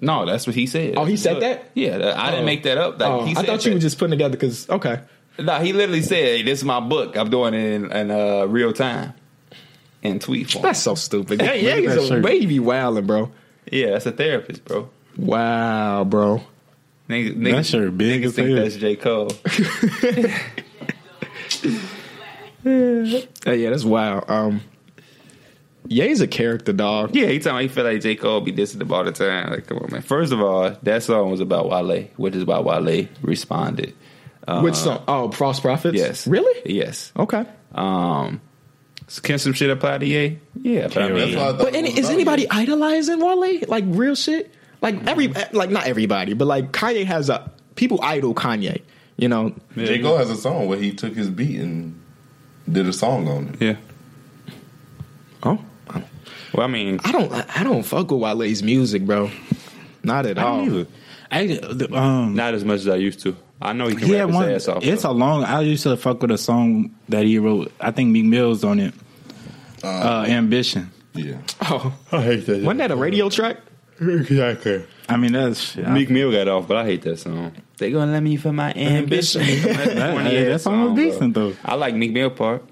Speaker 2: No, that's what he said.
Speaker 1: Oh, he said that?
Speaker 2: Yeah, that- I
Speaker 1: Oh.
Speaker 2: didn't make that up. Like,
Speaker 1: Oh,
Speaker 2: he
Speaker 1: I
Speaker 2: said
Speaker 1: thought you
Speaker 2: that.
Speaker 1: were just putting together because okay,
Speaker 2: No, he literally said, "Hey, this is my book. I'm doing it in, in uh, real time in tweet form."
Speaker 1: that's so stupid. Yeah, yeah,
Speaker 4: at that
Speaker 1: he's a
Speaker 4: shirt.
Speaker 1: baby wilding, bro.
Speaker 2: yeah, that's a therapist, bro.
Speaker 1: Wow, bro.
Speaker 2: Niggas, niggas,
Speaker 4: That shirt big
Speaker 2: niggas
Speaker 4: as
Speaker 2: think
Speaker 4: hell.
Speaker 2: that's J Cole.
Speaker 1: Oh, yeah, that's wild. Um, Ye's a character, dog.
Speaker 2: yeah, he talking about he feel like J Cole be dissing him all the time. Like, come on, man. First of all, that song was about Wale, which is why Wale responded.
Speaker 1: Which song?
Speaker 4: Uh,
Speaker 1: Oh, Frost Prophets.
Speaker 2: Yes,
Speaker 1: Really?
Speaker 2: Yes.
Speaker 1: Okay.
Speaker 2: Um, so can some shit apply to Ye? Yeah, but I
Speaker 4: Yeah,
Speaker 2: mean,
Speaker 3: That's why I thought
Speaker 1: But
Speaker 3: it
Speaker 1: any,
Speaker 3: was
Speaker 4: oh,
Speaker 1: is
Speaker 3: about
Speaker 1: anybody
Speaker 3: you.
Speaker 1: idolizing Wale? Like real shit? Like
Speaker 4: Mm-hmm.
Speaker 1: every like not everybody, but like Kanye has a people idol Kanye. You know?
Speaker 3: J Cole has a song where he took his beat and did a song on it.
Speaker 2: yeah.
Speaker 1: Oh,
Speaker 2: Well, I mean,
Speaker 1: I don't I I don't fuck with Wale's music, bro. Not at
Speaker 4: I
Speaker 1: all.
Speaker 4: don't either. I the, um
Speaker 2: not as much as I used to. I know he can
Speaker 4: yeah
Speaker 2: rap his
Speaker 4: one.
Speaker 2: ass off.
Speaker 4: It's
Speaker 2: though.
Speaker 4: a long. I used to fuck with a song that he wrote. I think Meek Mill's on it. Uh, ambition.
Speaker 3: Yeah,
Speaker 1: Oh,
Speaker 3: I hate that.
Speaker 1: wasn't that a radio track?
Speaker 3: Exactly.
Speaker 4: I mean, that's shit. I-
Speaker 2: Meek Mill got off, but I hate that song. They gonna let me for my ambition.
Speaker 4: that,
Speaker 2: Corny
Speaker 4: hey,
Speaker 2: ass
Speaker 4: that song was
Speaker 2: bro.
Speaker 4: decent though.
Speaker 2: I like Meek Mill part.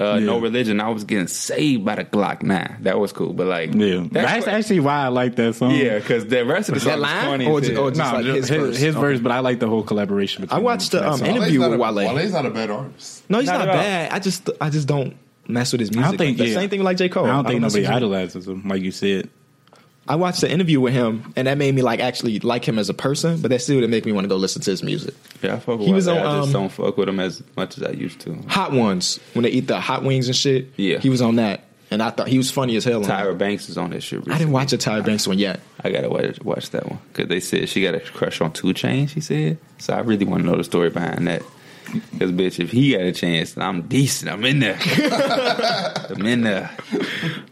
Speaker 2: Uh, No religion. I was getting saved by the Glock nine. That was cool, but like,
Speaker 4: Yeah, that's,
Speaker 2: that's what-
Speaker 4: actually why I like that song.
Speaker 2: yeah, because the rest of the
Speaker 1: that
Speaker 2: song
Speaker 1: live?
Speaker 2: is funny.
Speaker 1: Or
Speaker 2: as
Speaker 1: ju-
Speaker 2: hell.
Speaker 1: or ju-
Speaker 4: No,
Speaker 1: Just like
Speaker 4: his,
Speaker 1: his
Speaker 4: his,
Speaker 1: verse.
Speaker 4: verse, but I like the whole collaboration. Between
Speaker 1: I watched the,
Speaker 4: that
Speaker 1: um,
Speaker 4: song.
Speaker 1: interview-
Speaker 3: Wale's not, a,
Speaker 1: with Wale.
Speaker 3: Wale's not a bad artist.
Speaker 1: No, he's
Speaker 2: Not
Speaker 1: not,
Speaker 2: at all.
Speaker 1: bad. I just I just don't mess with his music.
Speaker 4: I don't think
Speaker 1: like that.
Speaker 4: yeah.
Speaker 1: same thing with like J Cole.
Speaker 4: I don't think
Speaker 1: mess
Speaker 4: nobody
Speaker 1: with him.
Speaker 4: idolizes him, like you said.
Speaker 1: I watched the interview with him, and that made me like actually like him as a person. But that still didn't make me want to go listen to his music.
Speaker 2: yeah, I fuck with
Speaker 1: He was
Speaker 2: Wale.
Speaker 1: on,
Speaker 2: I just
Speaker 1: um,
Speaker 2: don't fuck with him as much as I used to.
Speaker 1: Hot ones when they eat the hot wings and shit.
Speaker 2: Yeah.
Speaker 1: he was on that, and I thought he was funny as hell. on that.
Speaker 2: Tyra Banks is on that shit. Recently.
Speaker 1: I didn't watch a Tyra Banks one yet.
Speaker 2: I gotta watch, watch that one because they said she got a crush on Two Chainz. She said, so I really want to know the story behind that. Because bitch, if he got a chance, I'm decent. I'm in there. I'm in there.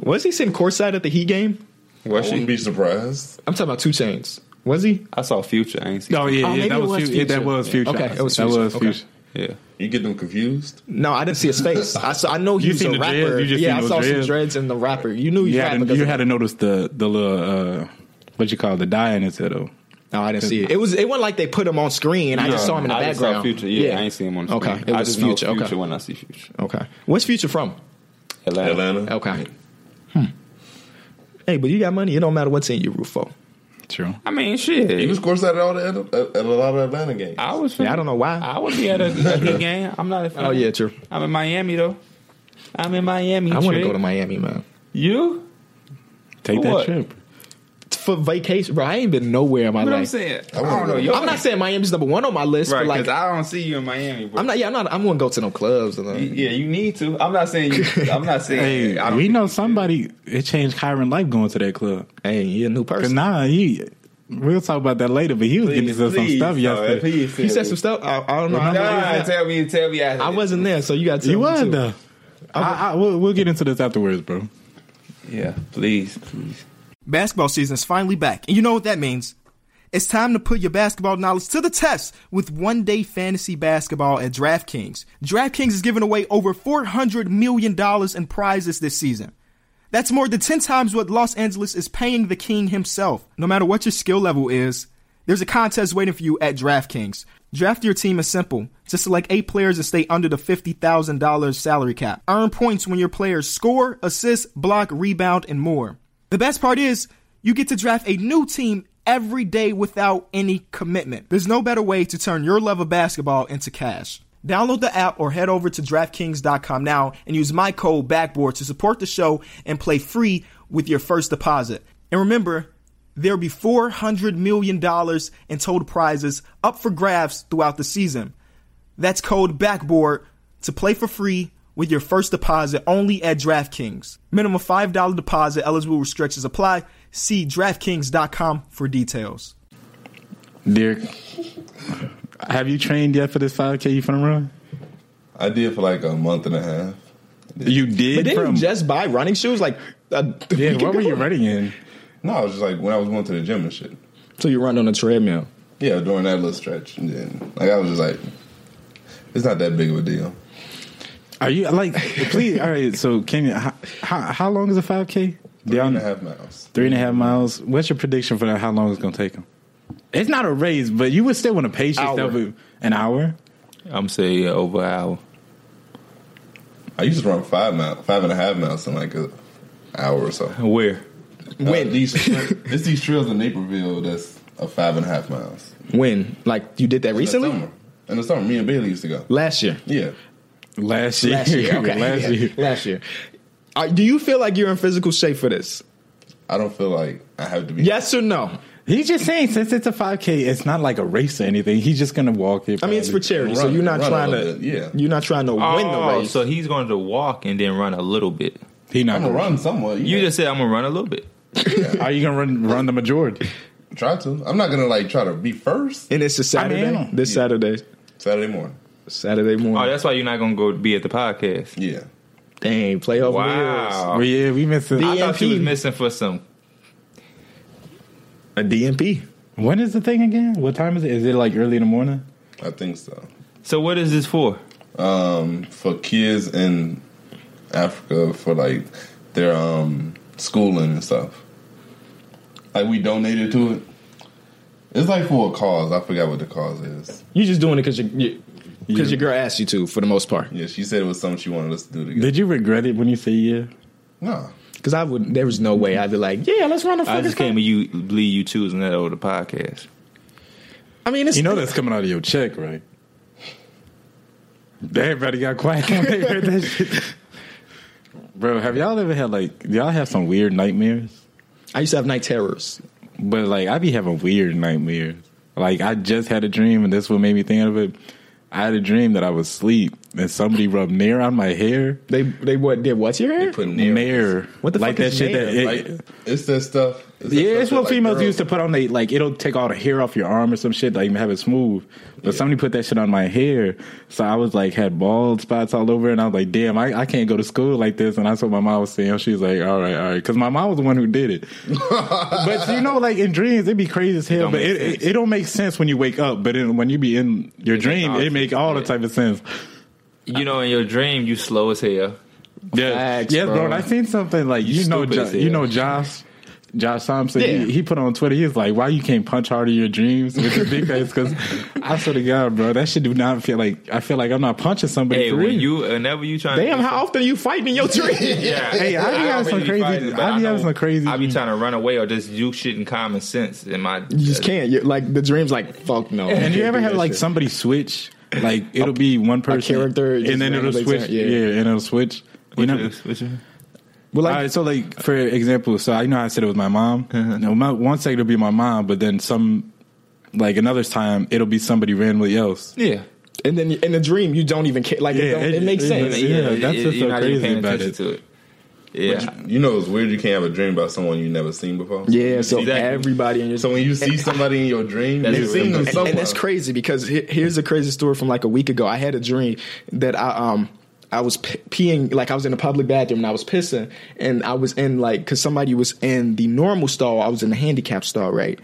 Speaker 1: Was he sitting courtside at the Heat game?
Speaker 3: I
Speaker 2: Was
Speaker 3: wouldn't
Speaker 2: she?
Speaker 3: be surprised.
Speaker 1: I'm talking about Two Chains. Was he?
Speaker 2: I saw Future. I ain't seen.
Speaker 4: Oh yeah,
Speaker 1: Oh,
Speaker 4: yeah,
Speaker 1: maybe
Speaker 4: that
Speaker 1: it
Speaker 4: was,
Speaker 1: was
Speaker 4: Future. yeah, that
Speaker 1: Future.
Speaker 4: was
Speaker 1: Yeah.
Speaker 4: future.
Speaker 1: Okay, it was
Speaker 4: that
Speaker 1: Future.
Speaker 4: was
Speaker 1: Okay.
Speaker 4: future.
Speaker 2: Yeah.
Speaker 3: You get them confused.
Speaker 1: No, I didn't see his face. I saw. I know he
Speaker 4: You
Speaker 1: was
Speaker 4: seen
Speaker 1: a
Speaker 4: the dreads?
Speaker 1: rapper.
Speaker 4: You just
Speaker 1: yeah,
Speaker 4: seen
Speaker 1: I
Speaker 4: those
Speaker 1: saw some
Speaker 4: dreads?
Speaker 1: dreads and the rapper. You knew he
Speaker 4: You
Speaker 1: was
Speaker 4: had,
Speaker 1: rapping.
Speaker 4: to,
Speaker 1: 'cause
Speaker 4: you
Speaker 1: of-
Speaker 4: had to notice the the little uh, what you call it, the dye in his head though.
Speaker 1: No, I didn't see it. It was. It wasn't like they put him on screen. I just
Speaker 2: Yeah,
Speaker 1: saw him in the
Speaker 2: I just saw
Speaker 1: background.
Speaker 2: Future. Yeah, I ain't seen him on. The
Speaker 1: Okay,
Speaker 2: screen.
Speaker 1: it
Speaker 2: I
Speaker 1: was
Speaker 2: just
Speaker 1: Future.
Speaker 2: Know
Speaker 1: Okay.
Speaker 2: future when I see Future.
Speaker 1: Okay, where's Future from?
Speaker 2: Atlanta.
Speaker 3: Atlanta.
Speaker 1: Okay. Hey, but you got money. It don't matter what team you root for.
Speaker 4: True.
Speaker 2: I mean, shit.
Speaker 3: He was courtside at all the at, at a lot of Atlanta games.
Speaker 2: I was.
Speaker 1: Yeah, I don't know why.
Speaker 2: I would be at a, a good game. I'm not. A fan.
Speaker 1: Oh yeah, true.
Speaker 2: I'm in Miami though. I'm in Miami.
Speaker 1: I want to
Speaker 2: Trick.
Speaker 1: go to Miami, man.
Speaker 2: you.
Speaker 4: Take
Speaker 2: For
Speaker 4: that
Speaker 2: what?
Speaker 4: trip.
Speaker 1: For vacation, bro. I ain't been nowhere in my
Speaker 2: What I'm
Speaker 1: life.
Speaker 2: saying. I,
Speaker 3: wanna
Speaker 2: don't
Speaker 3: go
Speaker 2: know.
Speaker 3: to-
Speaker 2: Your
Speaker 1: I'm not saying Miami's number one on my list,
Speaker 2: Right,
Speaker 1: but
Speaker 2: because
Speaker 1: like,
Speaker 2: I don't see you in Miami, bro.
Speaker 1: I'm not. Yeah, I'm not. I'm gonna go to no clubs. And, uh,
Speaker 2: yeah, you need to. I'm not saying you. I'm not saying.
Speaker 4: Hey,
Speaker 2: I don't
Speaker 4: we
Speaker 2: think
Speaker 4: know
Speaker 2: you
Speaker 4: somebody. It changed Kyron life going to that club.
Speaker 1: Hey, he a new
Speaker 4: Cause
Speaker 1: person.
Speaker 4: nah, he. We'll talk about that later. But he was
Speaker 2: should.
Speaker 4: getting himself some
Speaker 2: Please,
Speaker 4: stuff
Speaker 2: no,
Speaker 4: yesterday.
Speaker 2: please,
Speaker 1: he said
Speaker 2: please.
Speaker 1: some stuff. I, I don't know. I,
Speaker 4: Remember-
Speaker 2: Nah, tell me, tell me.
Speaker 1: I wasn't there, so you got.
Speaker 4: You was though. I, I, we'll, we'll get into this afterwards, bro.
Speaker 2: Yeah, please, please.
Speaker 5: Basketball season is finally back, and you know what that means. It's time to put your basketball knowledge to the test with one day fantasy basketball at DraftKings. DraftKings is giving away over $400 million in prizes this season. That's more than 10 times what Los Angeles is paying the king himself. No matter what your skill level is, there's a contest waiting for you at DraftKings. Draft your team is simple. Just select eight players and stay under the $50,000 salary cap. Earn points when your players score, assist, block, rebound, and more. The best part is, you get to draft a new team every day without any commitment. There's no better way to turn your love of basketball into cash. Download the app or head over to DraftKings.com now and use my code BACKBOARD to support the show and play free with your first deposit. And remember, there'll be $400 million in total prizes up for grabs throughout the season. That's code BACKBOARD to play for free with your first deposit only at DraftKings. Minimum $5 deposit, eligible restrictions apply. See DraftKings.com for details.
Speaker 4: Derek, have you trained yet for this five k you finna run?
Speaker 3: I did for like a month and a half.
Speaker 4: You did.
Speaker 1: But didn't
Speaker 4: from,
Speaker 1: you just buy running shoes? Like, uh,
Speaker 4: yeah. What were you running in?
Speaker 3: No, I was just like when I was going to the gym and shit.
Speaker 1: So you run on a treadmill.
Speaker 3: Yeah, during that little stretch, and then like I was just like, it's not that big of a deal.
Speaker 4: Are you like? please. All right. So can you? How, how, how long is a five k?
Speaker 3: Three and a half miles.
Speaker 4: Three and a half miles. What's your prediction for that? How long it's gonna take him? It's not a race, but you would still want to pace
Speaker 1: Hour.
Speaker 4: yourself with- an hour.
Speaker 2: I'm saying yeah, over an hour.
Speaker 3: I used to run five mile, five and a half miles in like an hour or so.
Speaker 2: Where?
Speaker 3: When these,
Speaker 1: Uh,
Speaker 3: it's these trails in Naperville that's a five and a half miles.
Speaker 1: When? Like you did that
Speaker 3: in the
Speaker 1: recently?
Speaker 3: summer. In the summer, me and Bailey used to go.
Speaker 1: Last year.
Speaker 3: Yeah,
Speaker 4: Last year.
Speaker 1: Last year. Okay.
Speaker 4: Last
Speaker 1: Yeah.
Speaker 4: year.
Speaker 1: Last year. Uh, do you feel like you're in physical shape for this?
Speaker 3: I don't feel like I have to be.
Speaker 1: Yes or no?
Speaker 4: He's just saying since it's a five k, it's not like a race or anything. He's just gonna walk it.
Speaker 1: I mean, it's for
Speaker 4: probably.
Speaker 1: charity, so
Speaker 3: Run-
Speaker 1: you're not
Speaker 3: run a
Speaker 1: trying
Speaker 3: little
Speaker 1: to.
Speaker 3: bit, yeah.
Speaker 1: You're not trying to win the
Speaker 4: Oh,
Speaker 1: race.
Speaker 2: Oh, so he's going to walk and then run a little bit.
Speaker 4: He not
Speaker 3: I'm gonna
Speaker 4: gonna
Speaker 3: run somewhat.
Speaker 2: You
Speaker 3: yeah.
Speaker 2: just said I'm gonna run a little bit.
Speaker 4: Are you gonna run run the majority?
Speaker 3: try to. I'm not gonna like try to be first
Speaker 1: and it's a Saturday.
Speaker 4: I mean,
Speaker 1: this Saturday.
Speaker 3: Saturday morning.
Speaker 1: Saturday
Speaker 2: Oh,
Speaker 1: morning.
Speaker 2: that's why you're not gonna go be at the podcast.
Speaker 3: Yeah,
Speaker 1: Dang, play off wheels.
Speaker 2: Wow.
Speaker 4: Well, yeah, we missing.
Speaker 2: I thought you was
Speaker 1: DMP.
Speaker 2: missing for some.
Speaker 1: A DMP.
Speaker 4: When is the thing again? What time is it? Is it like early in the morning?
Speaker 3: I think so.
Speaker 2: So what is this for?
Speaker 3: um, for kids in Africa for like their um, schooling and stuff. Like we donated to it. It's like for a cause. I forgot what the cause is.
Speaker 1: You just doing it because you, you, cause your girl asked you to, for the most part.
Speaker 3: Yeah, she said it was something she wanted us to do together.
Speaker 4: Did you regret it when you said yeah?
Speaker 3: Nah.
Speaker 1: Because I would, there was no way I'd be like, yeah, let's run the
Speaker 2: I
Speaker 1: fucking.
Speaker 2: just can't believe you, believe you choosing that over the podcast.
Speaker 1: I mean, it's
Speaker 4: You know that's coming out of your check, right? Everybody got quiet when they heard that shit. Bro, have y'all ever had like do y'all have some weird nightmares?
Speaker 1: I used to have night terrors.
Speaker 4: But like I be having weird nightmares. Like I just had a dream and that's what made me think of it. I had a dream that I was asleep and somebody rubbed nair on my hair.
Speaker 1: They they what did what's your hair?
Speaker 3: Put
Speaker 4: Nair.
Speaker 3: near.
Speaker 1: What the
Speaker 4: like
Speaker 1: fuck
Speaker 4: that
Speaker 1: is
Speaker 4: shit that
Speaker 1: Nair?
Speaker 4: it-
Speaker 3: Like, it's that stuff. It's that
Speaker 4: yeah,
Speaker 3: stuff
Speaker 4: it's
Speaker 3: that,
Speaker 4: what
Speaker 3: like,
Speaker 4: females
Speaker 3: girls-
Speaker 4: used to put on they like it'll take all the hair off your arm or some shit, like have it smooth. But somebody put that shit on my hair, so I was like had bald spots all over, and I was like, damn, I, I can't go to school like this. And that's what my mom was saying. She was like, all right, all right, because my mom was the one who did it. but you know, like in dreams, it'd be crazy as hell,
Speaker 2: don't
Speaker 4: but
Speaker 2: make
Speaker 4: it, it
Speaker 2: sense.
Speaker 4: it don't make sense when you wake up. But in, when you be in your dream,
Speaker 2: all
Speaker 4: it make
Speaker 2: sense,
Speaker 4: all
Speaker 2: yeah.
Speaker 4: the type of sense.
Speaker 2: You know, in your dream, you slow as hell.
Speaker 4: Yeah,
Speaker 1: Facts,
Speaker 4: yes, bro.
Speaker 1: bro.
Speaker 4: And I seen something like you, know,
Speaker 2: stupid
Speaker 4: jo-
Speaker 2: as hell.
Speaker 4: you know, Josh, Josh Thompson.
Speaker 1: Yeah.
Speaker 4: He, he put on Twitter. He was like, "Why you can't punch harder your dreams with your big face?" Because I swear to God, bro, that shit do not feel like I feel like I'm not punching somebody.
Speaker 2: Hey,
Speaker 4: for
Speaker 2: when
Speaker 4: real.
Speaker 2: you, whenever you trying
Speaker 1: Damn,
Speaker 2: to.
Speaker 1: how often are you fighting in your dream?
Speaker 2: Yeah.
Speaker 4: Hey, I be having some crazy- I be having some crazy-
Speaker 2: I be trying to run away or just do shit in common sense in my. uh,
Speaker 1: You just can't. You're, like the dream's like fuck no.
Speaker 4: and you ever have like somebody switch? Like it'll be one person
Speaker 1: character just
Speaker 4: and then it'll
Speaker 1: randomly
Speaker 4: switch.
Speaker 1: turn-
Speaker 4: yeah.
Speaker 1: yeah.
Speaker 4: and it'll switch. You
Speaker 2: Which
Speaker 4: know,
Speaker 2: is- which is-
Speaker 1: Well,
Speaker 4: All
Speaker 1: like
Speaker 4: right, so like for example, so I know I said it was my mom. Now, my, one second it'll be my mom, but then some, like another time it'll be somebody randomly else.
Speaker 2: yeah.
Speaker 1: and then in the dream you don't even care. Like it,
Speaker 4: Yeah,
Speaker 1: don't,
Speaker 4: it-
Speaker 1: it, makes
Speaker 4: it-
Speaker 1: sense.
Speaker 4: Yeah, that's what's so
Speaker 2: you're not even
Speaker 4: crazy
Speaker 2: paying
Speaker 4: about
Speaker 2: attention
Speaker 4: it.
Speaker 2: To it.
Speaker 3: But
Speaker 2: Yeah,
Speaker 3: You, you know, it's weird. You can't have a dream about someone you never seen before.
Speaker 1: yeah, so
Speaker 2: Exactly.
Speaker 1: everybody in your
Speaker 3: So when you see somebody in your dream,
Speaker 2: That's
Speaker 3: you've
Speaker 2: weird.
Speaker 3: seen them
Speaker 2: And-
Speaker 1: and,
Speaker 3: somewhere.
Speaker 1: and that's crazy because he- here's a crazy story from like a week ago. I had a dream that I um I was p- peeing like I was in a public bathroom and I was pissing and I was in like because somebody was in the normal stall. I was in the handicap stall, right?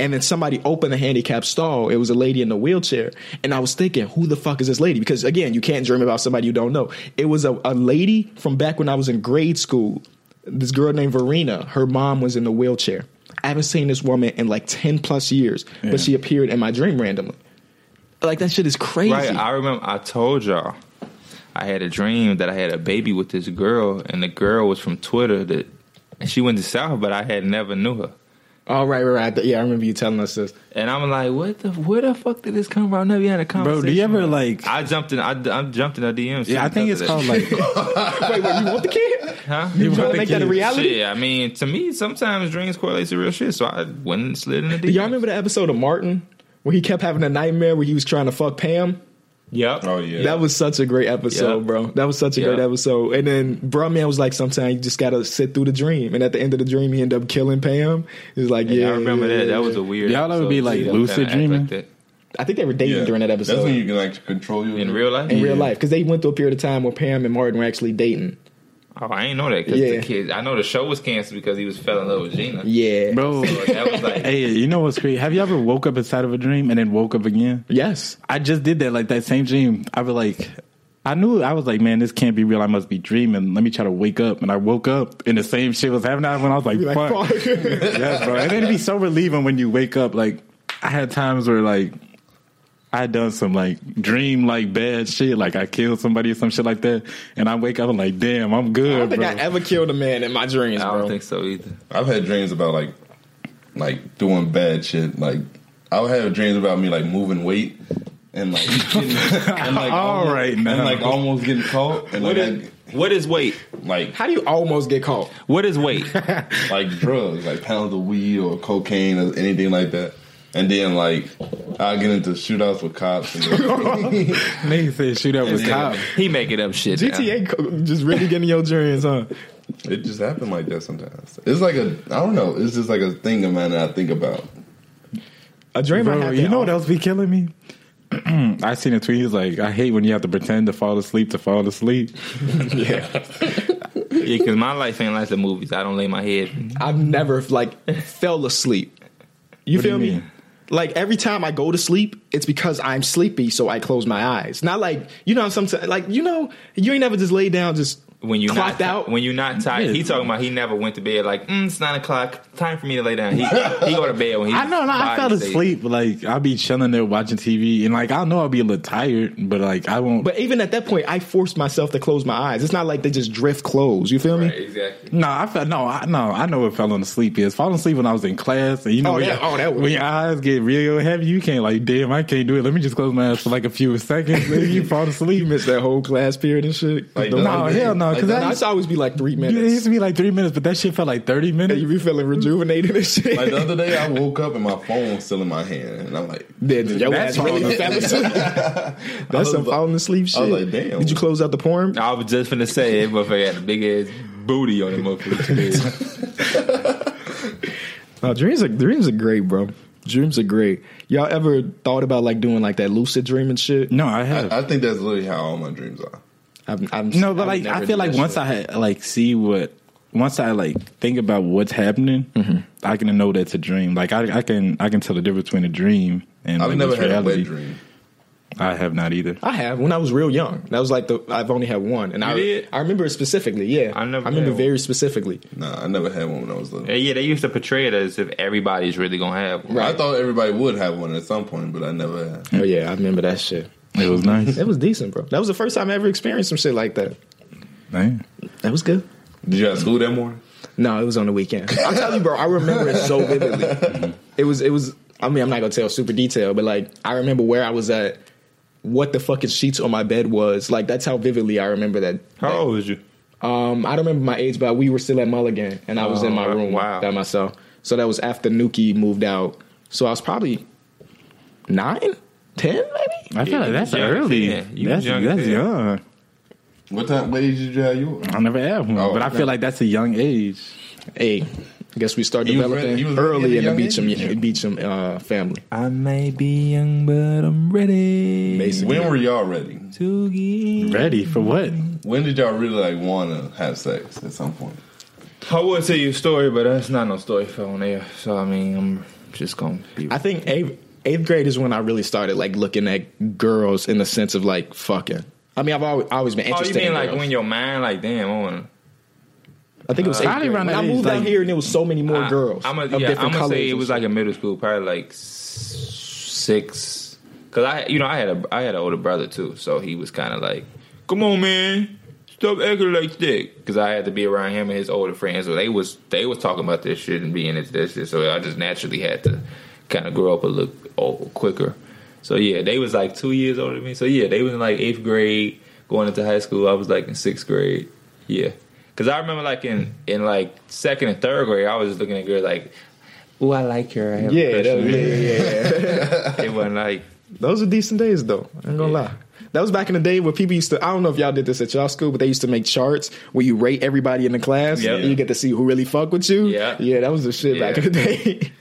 Speaker 1: And then somebody opened the handicap stall. It was a lady in a wheelchair, and I was thinking, who the fuck is this lady? Because again, you can't dream about somebody you don't know. It was a, a lady from back when I was in grade school. This girl named Verena. Her mom was in a wheelchair. I haven't seen this woman in like ten plus years,
Speaker 4: Yeah.
Speaker 1: but she appeared in my dream randomly. Like that shit is crazy.
Speaker 2: right. I remember I told y'all I had a dream that I had a baby with this girl, and the girl was from Twitter that, and she went to South, but I had never knew her.
Speaker 1: oh right, right, right. Yeah, I remember you telling us this.
Speaker 2: And I'm like, what the? Where the fuck did this come from? I never had a
Speaker 4: Bro,
Speaker 2: conversation.
Speaker 4: do you ever like?
Speaker 2: I jumped in. I, I jumped in her DMs.
Speaker 4: yeah, I think it's
Speaker 2: because
Speaker 4: called
Speaker 2: of that
Speaker 4: like.
Speaker 1: Wait, wait, you want the kid?
Speaker 2: shit. huh?
Speaker 1: You trying
Speaker 4: want
Speaker 1: to
Speaker 4: the
Speaker 1: make that a
Speaker 4: kid.
Speaker 1: reality?
Speaker 2: Shit, I mean, to me, sometimes dreams correlate to real shit. So I went and slid in the
Speaker 1: Do
Speaker 2: DMs.
Speaker 1: y'all remember the episode of Martin where he kept having a nightmare where he was trying to fuck Pam?
Speaker 2: Yep.
Speaker 3: Oh yeah,
Speaker 1: That was such a great episode,
Speaker 2: Yeah.
Speaker 1: bro. That was such a great
Speaker 2: Yeah.
Speaker 1: episode. And then Bro Man was like, sometimes you just gotta sit through the dream. And at the end of the dream, he ended up killing Pam. He's like, yeah,
Speaker 2: Yeah, I remember
Speaker 1: yeah,
Speaker 2: that.
Speaker 1: yeah.
Speaker 2: That was a weird.
Speaker 4: Y'all ever
Speaker 2: episode,
Speaker 4: be, like,
Speaker 2: too.
Speaker 4: lucid
Speaker 2: Kinda act
Speaker 4: dreaming?
Speaker 2: that.
Speaker 1: I think they were dating
Speaker 3: Yeah.
Speaker 1: during that episode
Speaker 3: That's when you can like control your
Speaker 2: in real life.
Speaker 1: in real life because they went through a period of time where Pam and Martin were actually dating.
Speaker 2: Oh, I ain't know that because
Speaker 1: Yeah.
Speaker 2: the kid. I know the show was canceled because he was fell in love with Gina.
Speaker 1: Yeah,
Speaker 4: Bro,
Speaker 2: So that was like
Speaker 4: hey, you know what's crazy? Have you ever woke up inside of a dream and then woke up again?
Speaker 1: Yes,
Speaker 4: I just did that, like that same dream. I was like, I knew I was like, man, this can't be real. I must be dreaming. Let me try to wake up. And I woke up and the same shit was happening. When I was like,
Speaker 1: You're like,
Speaker 4: fuck.
Speaker 1: fuck.
Speaker 4: yes, bro. And it'd be so relieving when you wake up. Like I had times where like I done some like dream like bad shit. Like I killed somebody or some shit like that. And I wake up and like, damn, I'm good.
Speaker 1: I don't think
Speaker 4: bro.
Speaker 1: I ever killed a man in my dreams,
Speaker 2: I don't
Speaker 1: bro.
Speaker 2: think so either.
Speaker 3: I've had dreams about like like doing bad shit. Like I'll have dreams about me like moving weight and like getting, and like
Speaker 4: All
Speaker 3: almost,
Speaker 4: right,
Speaker 3: and
Speaker 4: now.
Speaker 3: like almost getting caught and
Speaker 2: What
Speaker 3: like
Speaker 2: is what is weight?
Speaker 3: like
Speaker 1: How do you almost get caught?
Speaker 2: What is weight?
Speaker 3: like, like drugs, like pounds of weed or cocaine or anything like that. And then like I get into shootouts with cops. And
Speaker 4: Nigga said shoot up with cop.
Speaker 2: he making up shit. now.
Speaker 1: GTA co- just really getting your dreams, huh?
Speaker 3: it just happened like that sometimes. It's like a I don't know. It's just like a thing of mine that I think about.
Speaker 1: A dream I
Speaker 4: Bro,
Speaker 1: had.
Speaker 4: you know what
Speaker 1: that
Speaker 4: else be killing me? I seen a tweet. He's like, I hate when you have to pretend to fall asleep to fall asleep.
Speaker 2: Yeah, because my life ain't like the movies. I don't lay my head.
Speaker 1: I've never like fell asleep. You
Speaker 4: What do
Speaker 1: feel
Speaker 4: you
Speaker 1: me?
Speaker 4: mean?
Speaker 1: Like every time I go to sleep, it's because I'm sleepy, so I close my eyes. Not like you know, sometimes like you know, you ain't never just lay down just
Speaker 2: when you
Speaker 1: Clocked
Speaker 2: not,
Speaker 1: out?
Speaker 2: When you not tired, he talking about he never went to bed. Like mm, it's nine o'clock, time for me to lay down. He he go to bed when he.
Speaker 4: I know, like, I fell asleep. Like I'll be chilling there watching TV, and like I know I'll be a little tired, but like I won't.
Speaker 1: But even at that point, I forced myself to close my eyes. It's not like they just drift close. You feel me?
Speaker 2: Right, exactly.
Speaker 4: No, I felt no, I no, I know what falling asleep is. Falling asleep when I was in class, and you know,
Speaker 1: Oh,
Speaker 4: when,
Speaker 1: that-
Speaker 4: your-
Speaker 1: oh, that was-
Speaker 4: when your eyes get real heavy, you can't like, damn, I can't do it. Let me just close my eyes for like a few seconds, and you fall
Speaker 1: You
Speaker 4: asleep.
Speaker 1: missed that whole class period and shit.
Speaker 3: Like,
Speaker 1: no,
Speaker 3: the-
Speaker 4: No, hell no,
Speaker 3: Like
Speaker 4: because
Speaker 3: that-
Speaker 1: I used to always be like three
Speaker 4: it used
Speaker 1: minutes.
Speaker 4: to be like three minutes, but that shit felt like thirty
Speaker 1: And
Speaker 4: minutes.
Speaker 1: you be feeling rejuvenated and shit.
Speaker 3: Like the other day, I woke up and my phone was still in my hand, and I'm like,
Speaker 1: Then your ass
Speaker 4: That's
Speaker 1: really
Speaker 4: hard.
Speaker 1: fell asleep.
Speaker 3: I was
Speaker 1: That's some
Speaker 3: like-
Speaker 1: falling asleep shit.
Speaker 3: I was like, damn.
Speaker 1: Did you close out the porn?
Speaker 2: I was just finna say it, but had a big ass booty on him up for
Speaker 1: No, dreams are dreams are great, bro. Dreams are great. Y'all ever thought about like doing like that lucid dreaming shit?
Speaker 4: no, I have.
Speaker 3: I, I think that's literally how all my dreams are.
Speaker 1: I'm, I'm,
Speaker 4: No, but
Speaker 1: I would
Speaker 4: like I
Speaker 1: never
Speaker 4: feel
Speaker 1: do
Speaker 4: like
Speaker 1: that
Speaker 4: once
Speaker 1: shit.
Speaker 4: I had, like see what once I like think about what's happening,
Speaker 3: Mm-hmm.
Speaker 4: I can know that's a dream. Like I, I can I can tell the difference between a dream and
Speaker 3: I've
Speaker 4: like,
Speaker 3: never
Speaker 4: what's
Speaker 3: had
Speaker 4: reality.
Speaker 3: a wet dream.
Speaker 4: I have not either.
Speaker 1: I have when I was real young. That was like the I've only had one, and I
Speaker 2: did?
Speaker 1: I remember it specifically. Yeah,
Speaker 2: I never
Speaker 1: I remember
Speaker 2: had
Speaker 1: very specifically.
Speaker 3: Nah, I never had one when I was little.
Speaker 2: Yeah, they used to portray it as if everybody's really gonna have one.
Speaker 3: I thought everybody would have one at some point, but I never had.
Speaker 1: Oh yeah, I remember that shit.
Speaker 4: It was nice.
Speaker 1: That was decent, bro. That was the first time I ever experienced some shit like that.
Speaker 4: Man.
Speaker 1: That was good.
Speaker 3: Did you have school that morning?
Speaker 1: No, it was on the weekend. I'm telling you, bro, I remember it so vividly. It was, it was. I mean, I'm not gonna tell super detail, but like, I remember where I was at, what the fucking sheets on my bed was. Like, that's how vividly I remember that.
Speaker 2: How old was you?
Speaker 1: Um, I don't remember my age, but we were still at Mulligan, and I was in my
Speaker 2: Oh,
Speaker 1: room
Speaker 2: wow.
Speaker 1: by myself. So that was after Nuki moved out. So I was probably nine, ten, maybe.
Speaker 4: I feel
Speaker 2: Yeah,
Speaker 4: like
Speaker 2: you
Speaker 4: that's
Speaker 2: was young as
Speaker 4: early.
Speaker 2: hell. You
Speaker 4: that's
Speaker 2: was young as
Speaker 4: that's
Speaker 2: hell.
Speaker 4: young.
Speaker 3: What time? What age did you have yours?
Speaker 4: I never had one,
Speaker 3: Oh,
Speaker 4: but I
Speaker 3: okay.
Speaker 4: feel like that's a young age.
Speaker 1: Hey, I guess we started
Speaker 3: You was
Speaker 1: developing
Speaker 3: ready- you was ready
Speaker 1: early
Speaker 3: at
Speaker 1: in the
Speaker 3: a
Speaker 1: Beecham,
Speaker 3: young age?
Speaker 1: Beecham uh, family.
Speaker 2: I may be young, but I'm ready.
Speaker 1: Basically.
Speaker 3: When were y'all ready?
Speaker 2: to get.
Speaker 4: Ready for what?
Speaker 3: When did y'all really like want to have sex at some point?
Speaker 2: I would tell you a story, but that's not no story for on air. So I mean, I'm just gonna. Be,
Speaker 1: I think eighth, eighth grade is when I really started like looking at girls in the sense of like fucking. I mean, I've always, always been
Speaker 2: oh, you
Speaker 1: interested.
Speaker 2: mean
Speaker 1: in
Speaker 2: like
Speaker 1: girls.
Speaker 2: when your mind, like, damn, I wanna.
Speaker 1: I think it was eighth
Speaker 4: Uh, Probably
Speaker 1: grade.
Speaker 4: around
Speaker 1: When
Speaker 4: that
Speaker 1: I
Speaker 4: age,
Speaker 1: moved out
Speaker 4: like-
Speaker 1: here and there was so many more girls
Speaker 2: I'm
Speaker 1: of
Speaker 2: gonna yeah, I'm
Speaker 1: different
Speaker 2: gonna
Speaker 1: colors.
Speaker 2: say it
Speaker 1: and
Speaker 2: was
Speaker 1: shit.
Speaker 2: like in middle school, probably like s- six. Cause I, you know, I had a I had an older brother too, so he was kind of like, "Come on, man, stop acting like that." Cause I had to be around him and his older friends, so they was they was talking about this shit and being into this shit. So I just naturally had to kind of grow up a little old, quicker. So yeah, they was like two years older than me. So yeah, they was in like eighth grade going into high school. I was like in sixth grade. Yeah, cause I remember like in in like second and third grade, I was just looking at girls like, "Ooh, I like her." I have a
Speaker 1: yeah,
Speaker 2: crush
Speaker 1: that
Speaker 2: on
Speaker 1: was- yeah,
Speaker 2: her."
Speaker 1: yeah, yeah.
Speaker 2: It wasn't like
Speaker 1: Those are decent days though. I ain't gonna
Speaker 2: Yeah.
Speaker 1: lie. That was back in the day where people used to. I don't know if y'all did this at y'all school, but they used to make charts where you rate everybody in the class.
Speaker 2: Yep.
Speaker 1: and you get to see who really fuck with you.
Speaker 2: Yeah.
Speaker 1: yeah, that was the shit back
Speaker 2: Yeah.
Speaker 1: in the day.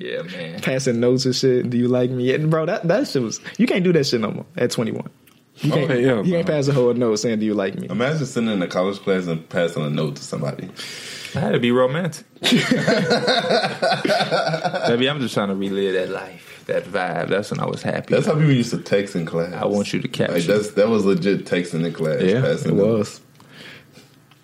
Speaker 2: yeah, man.
Speaker 1: Passing notes and shit. Do you like me? And bro, that that shit was. You can't do that shit no more. At twenty one. You can't,
Speaker 4: Okay,
Speaker 2: Oh,
Speaker 4: yeah,
Speaker 1: you can't
Speaker 4: bro.
Speaker 1: pass a whole note saying, "Do you like me?"
Speaker 3: Imagine sitting in a college class and passing a note to somebody.
Speaker 2: I had to be romantic. Maybe I'm just trying to relive that life, that vibe. That's when I was happy.
Speaker 3: That's how people used to text in class.
Speaker 2: I want you to capture.
Speaker 3: Like that's that was legit texting in class.
Speaker 1: Yeah,
Speaker 3: passing
Speaker 1: it
Speaker 3: notes.
Speaker 1: was.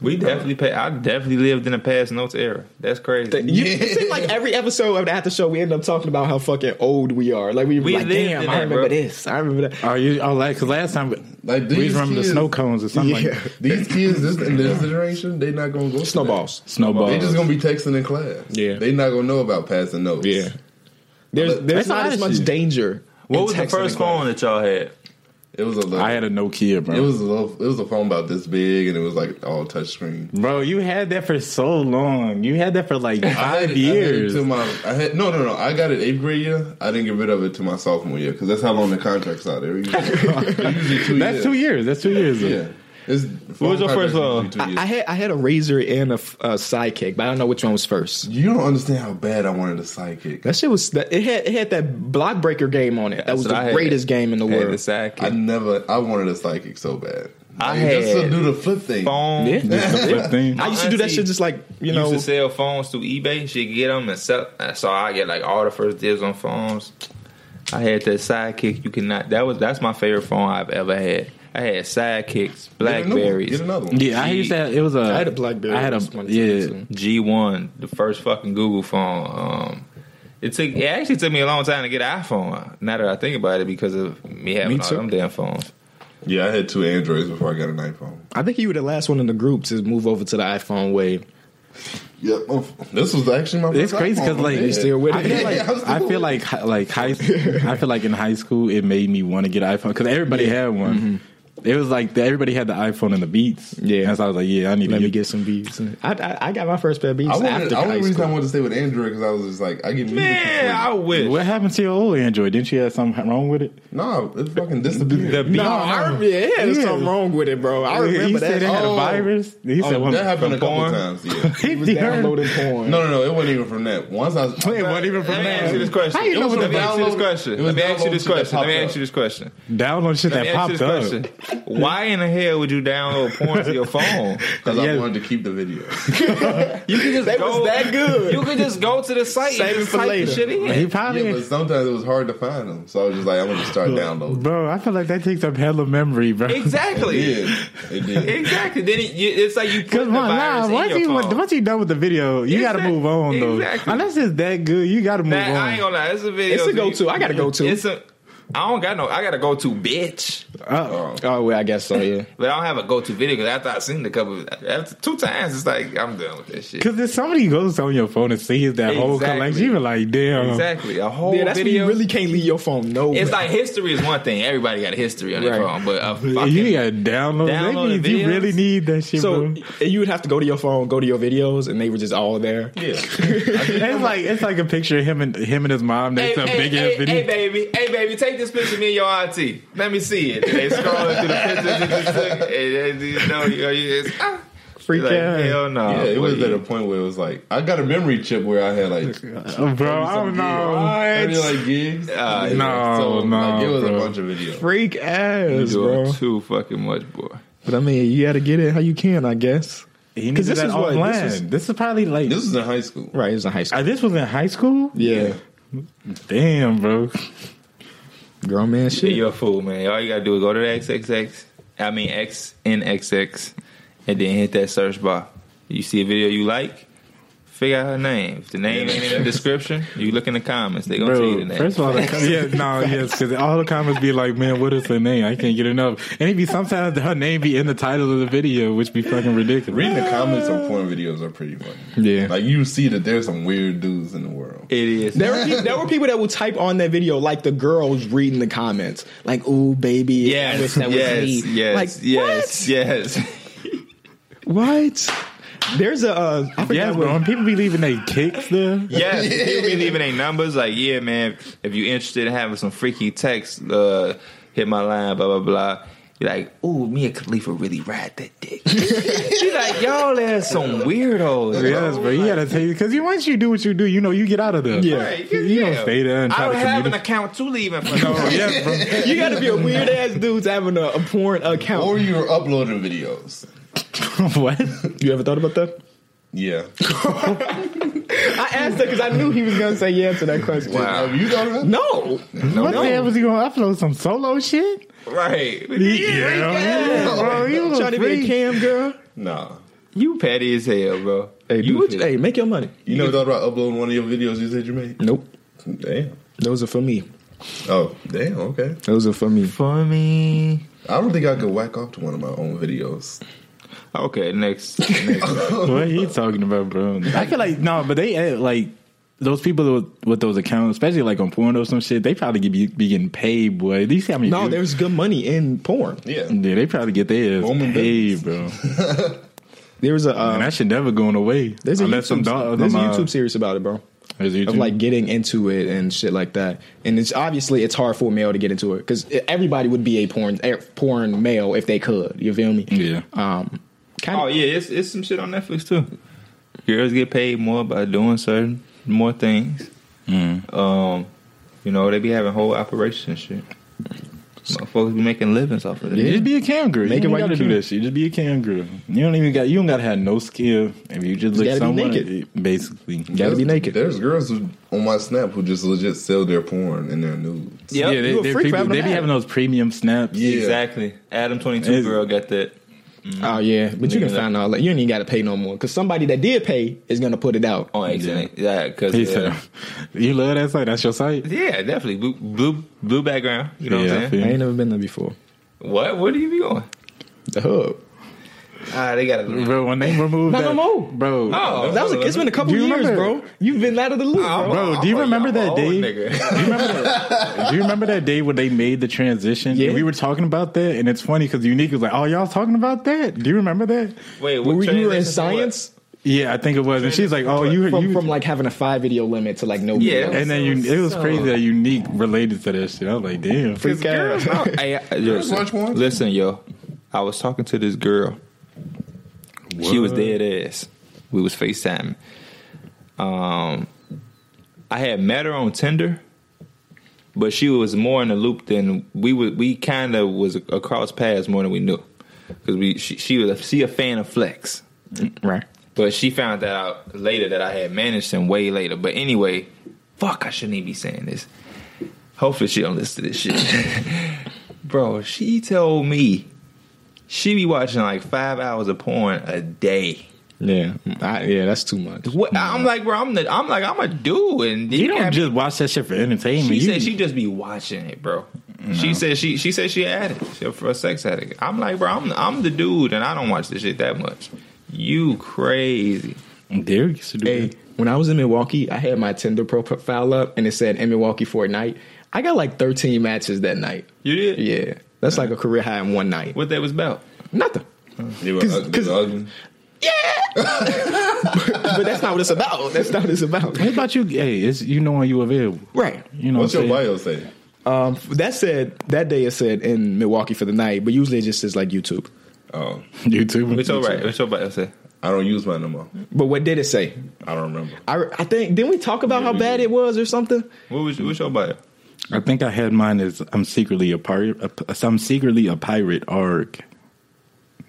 Speaker 2: we definitely, pay, I definitely lived in a past notes era. That's crazy.
Speaker 1: You, It seemed like every episode of the after show, we end up talking about how fucking old we are. Like we, were
Speaker 2: We
Speaker 1: like,
Speaker 2: lived
Speaker 1: damn,
Speaker 2: in
Speaker 1: I
Speaker 2: that,
Speaker 1: remember
Speaker 2: bro."
Speaker 1: this. I remember that.
Speaker 4: Oh, you oh like because last time
Speaker 3: Like,
Speaker 4: we
Speaker 3: these
Speaker 4: remember the
Speaker 3: kids-
Speaker 4: snow cones or something
Speaker 1: Yeah.
Speaker 4: like
Speaker 3: These kids this, in this generation, they not gonna go to
Speaker 1: Snowballs.
Speaker 4: snowball.
Speaker 3: That. They just gonna be texting in class.
Speaker 1: Yeah.
Speaker 3: they not gonna know about passing notes.
Speaker 1: Yeah. There's
Speaker 3: But
Speaker 1: there's
Speaker 4: that's
Speaker 1: not
Speaker 4: not
Speaker 1: as
Speaker 4: an
Speaker 1: much
Speaker 4: issue.
Speaker 1: danger. in
Speaker 2: what was the
Speaker 1: texting
Speaker 2: first
Speaker 1: and calling.
Speaker 2: phone that y'all had?
Speaker 3: it was a little.
Speaker 4: I had a Nokia, bro.
Speaker 3: it was a little, it was a phone about this big, and it was like all touchscreen.
Speaker 4: Bro, you had that for so long. You had that for like
Speaker 3: I had
Speaker 4: five
Speaker 3: it-
Speaker 4: years.
Speaker 3: I had it to my, I had, no, no, no. I got it eighth grade year. I didn't get rid of it to my sophomore year because that's how long the contracts are. They're usually, they're usually two
Speaker 4: That's two
Speaker 3: years.
Speaker 4: years. That's two years.
Speaker 3: Yeah. It's,
Speaker 2: What was your first phone?
Speaker 3: phone? contracts are usually two years.
Speaker 1: I, I had I had a razor and a, f- a sidekick, but I don't know which one was first.
Speaker 3: you don't understand how bad I wanted a sidekick.
Speaker 1: That shit was that, it had it had that block breaker game on it. That was
Speaker 2: what I
Speaker 1: the
Speaker 2: had.
Speaker 1: greatest game in the
Speaker 2: Had
Speaker 1: world.
Speaker 2: the sidekick.
Speaker 3: I never. I wanted a psychic so bad.
Speaker 2: I
Speaker 3: Like, just to
Speaker 2: had
Speaker 3: do the flip thing.
Speaker 2: phone.
Speaker 1: Yeah.
Speaker 4: Just the thing.
Speaker 1: I used to do that
Speaker 2: Auntie
Speaker 1: shit just like you
Speaker 2: You know,
Speaker 1: know.
Speaker 2: used to sell phones through eBay. She could get them and sell. and So I get like all the first dibs on phones. I had that sidekick. You cannot. That was that's my favorite phone I've ever had. I had sidekicks,
Speaker 3: Get another one.
Speaker 2: blackberries,
Speaker 3: Get another one.
Speaker 4: Yeah, I used to. Have, it was a.
Speaker 1: I had a BlackBerry
Speaker 4: I had a
Speaker 1: once upon a time,
Speaker 4: yeah.
Speaker 1: too.
Speaker 2: G one, the first fucking Google phone. Um, it took it actually took me a long time to get an iPhone. out, Now that I think about it, because of me having all
Speaker 1: too.
Speaker 2: them damn phones.
Speaker 3: Yeah, I had two Androids before I got an iPhone.
Speaker 1: I think you were the last one in the group to move over to the iPhone wave.
Speaker 3: Yeah, my f- Oh, this was actually my.
Speaker 4: It's
Speaker 3: first
Speaker 4: crazy 'cause,
Speaker 3: iPhone.
Speaker 4: like,
Speaker 3: Yeah.
Speaker 1: You still with
Speaker 4: I feel
Speaker 1: it?
Speaker 4: like
Speaker 3: Yeah, I was
Speaker 4: I feel
Speaker 3: doing-
Speaker 4: like hi- like high. I feel like in high school it made me want to get an iPhone because everybody had one. It was like the, everybody had the iPhone and the Beats.
Speaker 1: Mm-hmm. Yeah.
Speaker 4: and so I was like, yeah, I need
Speaker 1: Let
Speaker 4: to
Speaker 1: me get some beats. I, I, I got my first pair of beats
Speaker 3: I wanted,
Speaker 1: after
Speaker 3: the only
Speaker 1: high
Speaker 3: reason I
Speaker 1: school.
Speaker 3: wanted to stay with Android because I was just like, I get music.
Speaker 2: Man, I
Speaker 3: for
Speaker 2: wish.
Speaker 4: What happened to your old Android? Didn't you have something wrong with it?
Speaker 3: free. no, it fucking disappeared.
Speaker 4: The
Speaker 1: No, I remember, yeah, there's
Speaker 4: Yeah.
Speaker 1: something wrong with it, bro. I remember
Speaker 4: he
Speaker 1: that.
Speaker 4: said it had
Speaker 3: Oh.
Speaker 4: a virus. He said
Speaker 3: oh,
Speaker 4: one.
Speaker 3: that happened a couple
Speaker 2: porn.
Speaker 3: times. Yeah.
Speaker 1: He was downloading porn.
Speaker 3: No, no, no. It wasn't even from that. Once I, was,
Speaker 4: It wasn't even from
Speaker 2: Let me ask you this
Speaker 4: that.
Speaker 2: question.
Speaker 1: How you know
Speaker 2: Let
Speaker 1: what
Speaker 2: me
Speaker 3: the
Speaker 2: ask you this
Speaker 3: download-
Speaker 2: question.
Speaker 3: it was
Speaker 2: Let me ask you
Speaker 3: download
Speaker 2: this
Speaker 3: shit that
Speaker 2: question. Let me
Speaker 3: popped
Speaker 2: ask you this question.
Speaker 4: Download shit
Speaker 2: Let
Speaker 4: that
Speaker 2: me ask
Speaker 4: popped
Speaker 2: you
Speaker 4: up.
Speaker 2: this question. Why in the hell would you download porn to your phone?
Speaker 3: because I
Speaker 4: Yeah.
Speaker 3: wanted to keep the video.
Speaker 2: You could just
Speaker 1: They
Speaker 2: go
Speaker 1: was that good.
Speaker 2: You could just go to the site
Speaker 1: Save it
Speaker 2: and just
Speaker 1: for
Speaker 2: type
Speaker 1: later.
Speaker 2: the shit in.
Speaker 4: He
Speaker 3: yeah,
Speaker 4: probably.
Speaker 3: but sometimes it was hard to find them, so I was just like, I'm gonna just start downloading.
Speaker 4: Bro, I feel like that takes up hella memory, bro.
Speaker 2: Exactly.
Speaker 3: Yeah, it did.
Speaker 2: Exactly. Then it, you, it's like you put the
Speaker 4: Cause my
Speaker 2: virus
Speaker 4: nah,
Speaker 2: in
Speaker 4: once
Speaker 2: your
Speaker 4: you
Speaker 2: phone.
Speaker 4: once you done with the video, you gotta
Speaker 2: Exact-
Speaker 4: move on though.
Speaker 2: exactly.
Speaker 4: Unless it's that good, you gotta move
Speaker 2: Nah,
Speaker 4: on.
Speaker 2: I ain't gonna lie. It's a video.
Speaker 1: It's a go-to. I got a go-to.
Speaker 2: It's a. I don't got no. I got a go-to bitch,
Speaker 4: Uh,
Speaker 1: Oh, well, I guess so, yeah.
Speaker 2: but I don't have a go-to video because after I seen the couple, after two times, it's like I'm done with this shit.
Speaker 4: Cause if somebody goes on your phone and sees that whole
Speaker 2: Exactly.
Speaker 4: collection, you be like, damn.
Speaker 2: Exactly. A whole
Speaker 1: yeah, that's when
Speaker 2: video.
Speaker 1: you really can't leave your phone nowhere.
Speaker 2: it's like history is one thing. Everybody got a history on their
Speaker 1: Right.
Speaker 2: phone, but a
Speaker 4: You
Speaker 2: fucking
Speaker 4: gotta download.
Speaker 2: Download
Speaker 4: that means
Speaker 2: the
Speaker 4: you
Speaker 2: videos.
Speaker 4: really need that shit,
Speaker 1: so
Speaker 4: bro.
Speaker 1: you would have to go to your phone, go to your videos, and they were just all there.
Speaker 4: It's like it's like a picture of him and him and his mom. That's a big ass
Speaker 2: hey,
Speaker 4: video.
Speaker 2: hey, baby, hey baby, take this picture of me and your auntie. Let me see it. They scrolling through the pictures and just look, and then you know you, you it's, ah.
Speaker 4: Freak
Speaker 2: like,
Speaker 4: out.
Speaker 2: hell no.
Speaker 3: Yeah, it was
Speaker 2: Wait.
Speaker 3: at a point where it was like I got a memory chip where I had like
Speaker 4: Uh, bro, I don't
Speaker 3: some
Speaker 4: know.
Speaker 3: thirty like gigs.
Speaker 2: Ah,
Speaker 3: Yeah,
Speaker 4: no,
Speaker 3: like, it
Speaker 4: no,
Speaker 3: was
Speaker 4: bro.
Speaker 3: a bunch of videos.
Speaker 1: Freak
Speaker 2: You
Speaker 1: ass,
Speaker 2: doing
Speaker 1: bro.
Speaker 2: too fucking much, boy.
Speaker 1: But I mean, you gotta get it how you can, I guess.
Speaker 4: He needed
Speaker 1: this
Speaker 4: that
Speaker 1: is what- this
Speaker 4: offline. This,
Speaker 1: is-
Speaker 4: is probably like
Speaker 3: This was in high school.
Speaker 1: Right, it was in high
Speaker 4: uh,
Speaker 1: school.
Speaker 4: this was in high school.
Speaker 1: yeah.
Speaker 4: Damn, bro.
Speaker 1: Grown man
Speaker 2: Yeah,
Speaker 1: shit.
Speaker 2: you're a fool, man. All you gotta do is go to the XXX, I mean XNXX, and then hit that search bar. You see a video you like, figure out her name. If the name ain't in the description, you look in the comments. They gonna tell you the
Speaker 4: Bro,
Speaker 2: name.
Speaker 4: first of all, the com- yeah, no, yes, because all the comments be like, "Man, what is her name? I can't get enough." And it be sometimes her name be in the title of the video, which be fucking ridiculous.
Speaker 3: Reading the comments on porn videos are pretty funny.
Speaker 1: Yeah.
Speaker 3: like you see that there's some weird dudes in the world.
Speaker 2: it is.
Speaker 1: There were, pe- there were people that would type on that video, like the girls reading the comments, like, ooh, baby, I wish
Speaker 2: Yes,
Speaker 1: that was
Speaker 2: yes,
Speaker 1: me.
Speaker 2: yes,
Speaker 1: like,
Speaker 2: yes, yes.
Speaker 1: What? What? There's a, uh, I forgot
Speaker 4: Yes,
Speaker 1: what-
Speaker 4: bro. And people be leaving their kicks there.
Speaker 2: Yes, people be leaving their numbers. Like, yeah, man, if you interested in having some freaky text, uh, hit my line, blah, blah, blah. You're like, ooh, me and Khalifa really ride that dick. She's like, y'all there's some weirdos.
Speaker 4: Yes, bro. You gotta take because you once you do what you do, you know you get out of there.
Speaker 1: Yeah.
Speaker 2: Right,
Speaker 4: you don't stay there and
Speaker 2: I
Speaker 4: try
Speaker 2: don't
Speaker 4: to
Speaker 2: have an
Speaker 4: communicate.
Speaker 2: account to leave in front
Speaker 4: Oh,
Speaker 2: of.
Speaker 4: yes, bro.
Speaker 1: You gotta be a weird ass dude to having a, a porn account.
Speaker 3: Or you're uploading videos.
Speaker 4: what?
Speaker 1: you ever thought about that?
Speaker 3: Yeah.
Speaker 1: I asked that because I knew he was gonna say yeah to that question.
Speaker 2: Wow.
Speaker 3: Have you thought about that?
Speaker 1: No,
Speaker 4: what the hell was he gonna upload some solo shit?
Speaker 2: Right.
Speaker 4: yeah, bro. You
Speaker 1: trying
Speaker 4: a
Speaker 1: to be a
Speaker 4: freak.
Speaker 1: cam girl.
Speaker 3: Nah.
Speaker 2: You petty as hell, bro.
Speaker 1: Hey, do
Speaker 2: you
Speaker 1: what
Speaker 2: petty.
Speaker 1: you, hey, make your money.
Speaker 3: You never thought about uploading one of your videos you said you made?
Speaker 1: Nope,
Speaker 3: Damn.
Speaker 1: those are for me.
Speaker 3: Oh, damn, okay.
Speaker 1: Those are for me.
Speaker 2: for me.
Speaker 3: I don't think I could whack off to one of my own videos.
Speaker 2: Okay, next. next.
Speaker 4: what he talking about, bro? I feel like no, but they eh, like those people with, with those accounts, especially like on porn or some shit. They probably get, be, be getting paid, boy. Do you see how many?
Speaker 1: No,
Speaker 4: views-
Speaker 1: there's good money in porn.
Speaker 3: Yeah.
Speaker 4: yeah, they probably get their ass
Speaker 3: Home and
Speaker 4: paid, bro.
Speaker 1: There was a uh,
Speaker 4: And that shit never going away.
Speaker 1: there's a
Speaker 4: unless
Speaker 1: YouTube,
Speaker 4: some dog,
Speaker 1: there's a
Speaker 4: some, uh,
Speaker 1: YouTube series about it, bro.
Speaker 4: there's a YouTube.
Speaker 1: Of like getting into it and shit like that, and it's obviously it's hard for a male to get into it because everybody would be a porn a porn male if they could. You feel me?
Speaker 4: yeah.
Speaker 1: Um, kind of.
Speaker 2: Oh yeah, it's it's some shit on Netflix too. Girls get paid more by doing certain more
Speaker 4: Mm.
Speaker 2: things. Um, you know, they be having whole operations and shit. Motherfuckers be making livings off of it.
Speaker 4: Just be a cam girl.
Speaker 1: Make
Speaker 4: Make
Speaker 1: it
Speaker 4: you
Speaker 1: while
Speaker 4: don't
Speaker 1: you
Speaker 4: gotta do
Speaker 1: can.
Speaker 4: that shit. Just be a cam girl. You don't even got. You don't gotta have no skill. If you just look
Speaker 1: gotta be
Speaker 4: somewhere,
Speaker 1: naked.
Speaker 4: basically.
Speaker 1: You gotta be
Speaker 3: There's-
Speaker 1: naked.
Speaker 3: There's girls who, on my snap who just legit sell their porn and their nudes.
Speaker 2: Yep,
Speaker 4: yeah,
Speaker 2: you
Speaker 4: they,
Speaker 2: a
Speaker 4: they're
Speaker 2: freak for
Speaker 4: people-
Speaker 2: having
Speaker 4: they
Speaker 2: a
Speaker 4: be
Speaker 2: man.
Speaker 4: having those premium snaps.
Speaker 3: Yeah.
Speaker 2: Exactly. Adam twenty two
Speaker 4: It's-
Speaker 2: girl got that.
Speaker 1: Oh yeah, but you can
Speaker 2: Nigga,
Speaker 1: find all that. You ain't even got to pay no more because somebody that did pay is gonna put it out.
Speaker 2: on accident. Yeah, because
Speaker 4: He
Speaker 2: yeah,
Speaker 4: said, "You love that site? That's your site."
Speaker 2: yeah, definitely blue, blue, blue background. You know
Speaker 4: Yeah,
Speaker 2: what
Speaker 4: I
Speaker 1: I
Speaker 2: I'm
Speaker 4: feel
Speaker 2: saying?
Speaker 4: you.
Speaker 1: ain't never been there before.
Speaker 2: What? Where do you be going?
Speaker 1: The hub.
Speaker 2: Ah, they got a little.
Speaker 4: Bro, when they removed
Speaker 1: Not
Speaker 4: that,
Speaker 1: no more.
Speaker 4: bro.
Speaker 2: Oh,
Speaker 1: That was. A, it's been a couple
Speaker 4: Do you
Speaker 1: years,
Speaker 4: remember-
Speaker 1: bro. You've been out of the loop, bro.
Speaker 4: Bro, do you remember that day? Do you remember that? do you remember that day when they made the transition?
Speaker 1: Yeah.
Speaker 4: And we were talking about that, and it's funny because Unique was like, "Oh, y'all was talking about that? Do you remember that?"
Speaker 2: Wait, what
Speaker 1: Were you were in
Speaker 2: transition for what?
Speaker 1: science
Speaker 4: Yeah, I think it was. And she's like, "Oh, you
Speaker 1: from,
Speaker 4: you."
Speaker 1: from like having a five video limit to like no.
Speaker 2: Yeah.
Speaker 1: Video.
Speaker 4: and then you, it was crazy that Unique related to that shit. I was like, "Damn."
Speaker 1: Freak out.
Speaker 2: Girls, no. Hey, I-
Speaker 3: watch
Speaker 2: listen,
Speaker 3: porn?
Speaker 2: listen, yo. I was talking to this girl. She was dead ass. We was FaceTime. Um, I had met her on Tinder, but she was more in the loop than we were. We kind of was across paths more than we knew because we she, she was a, she a fan of Flex.
Speaker 1: Right.
Speaker 2: But she found that out later that I had managed him way later. But anyway, fuck, I shouldn't even be saying this. Hopefully she don't listen to this shit. Bro, she told me she be watching like five hours of porn a day.
Speaker 1: Yeah. I, yeah. That's too much.
Speaker 2: What I'm like, bro, I'm the, I'm like, I'm a dude, and
Speaker 4: You don't
Speaker 2: can't-
Speaker 4: just watch that shit for entertainment.
Speaker 2: She
Speaker 4: you,
Speaker 2: said she just be watching it, bro. She said she she said she had it. She for a sex addict. I'm like, bro, I'm I'm the dude, and I don't watch this shit that much. You crazy?
Speaker 4: Derek used to do
Speaker 1: Hey,
Speaker 4: that.
Speaker 1: when I was in Milwaukee, I had my Tinder profile up and it said in Milwaukee for a night. I got like 13 matches that night.
Speaker 2: You did?
Speaker 1: Yeah. That's like a career high in one night.
Speaker 2: What that was about?
Speaker 1: Nothing.
Speaker 3: They were
Speaker 1: Cause-
Speaker 3: ug- they
Speaker 1: cause-
Speaker 3: were ugly.
Speaker 1: But that's not what it's about. That's not what it's about.
Speaker 4: What about you? Hey, it's you know when you available.
Speaker 1: Right.
Speaker 4: You know
Speaker 3: What's
Speaker 4: what
Speaker 3: your
Speaker 4: I'm saying?
Speaker 3: bio say?
Speaker 1: Um, that said, that day it said in Milwaukee for the night, but usually it just says like YouTube.
Speaker 3: Oh,
Speaker 4: YouTube.
Speaker 2: It's all right. It's all right. I said.
Speaker 3: I don't use mine no more.
Speaker 1: But what did it say?
Speaker 3: I don't remember.
Speaker 1: I, I think, didn't we talk about
Speaker 3: Yeah,
Speaker 1: how
Speaker 3: we
Speaker 1: bad
Speaker 3: did.
Speaker 1: it was or something?
Speaker 2: What was what's your bio?
Speaker 4: I think I had mine as I'm secretly a pirate. i I'm secretly a pirate. Arg.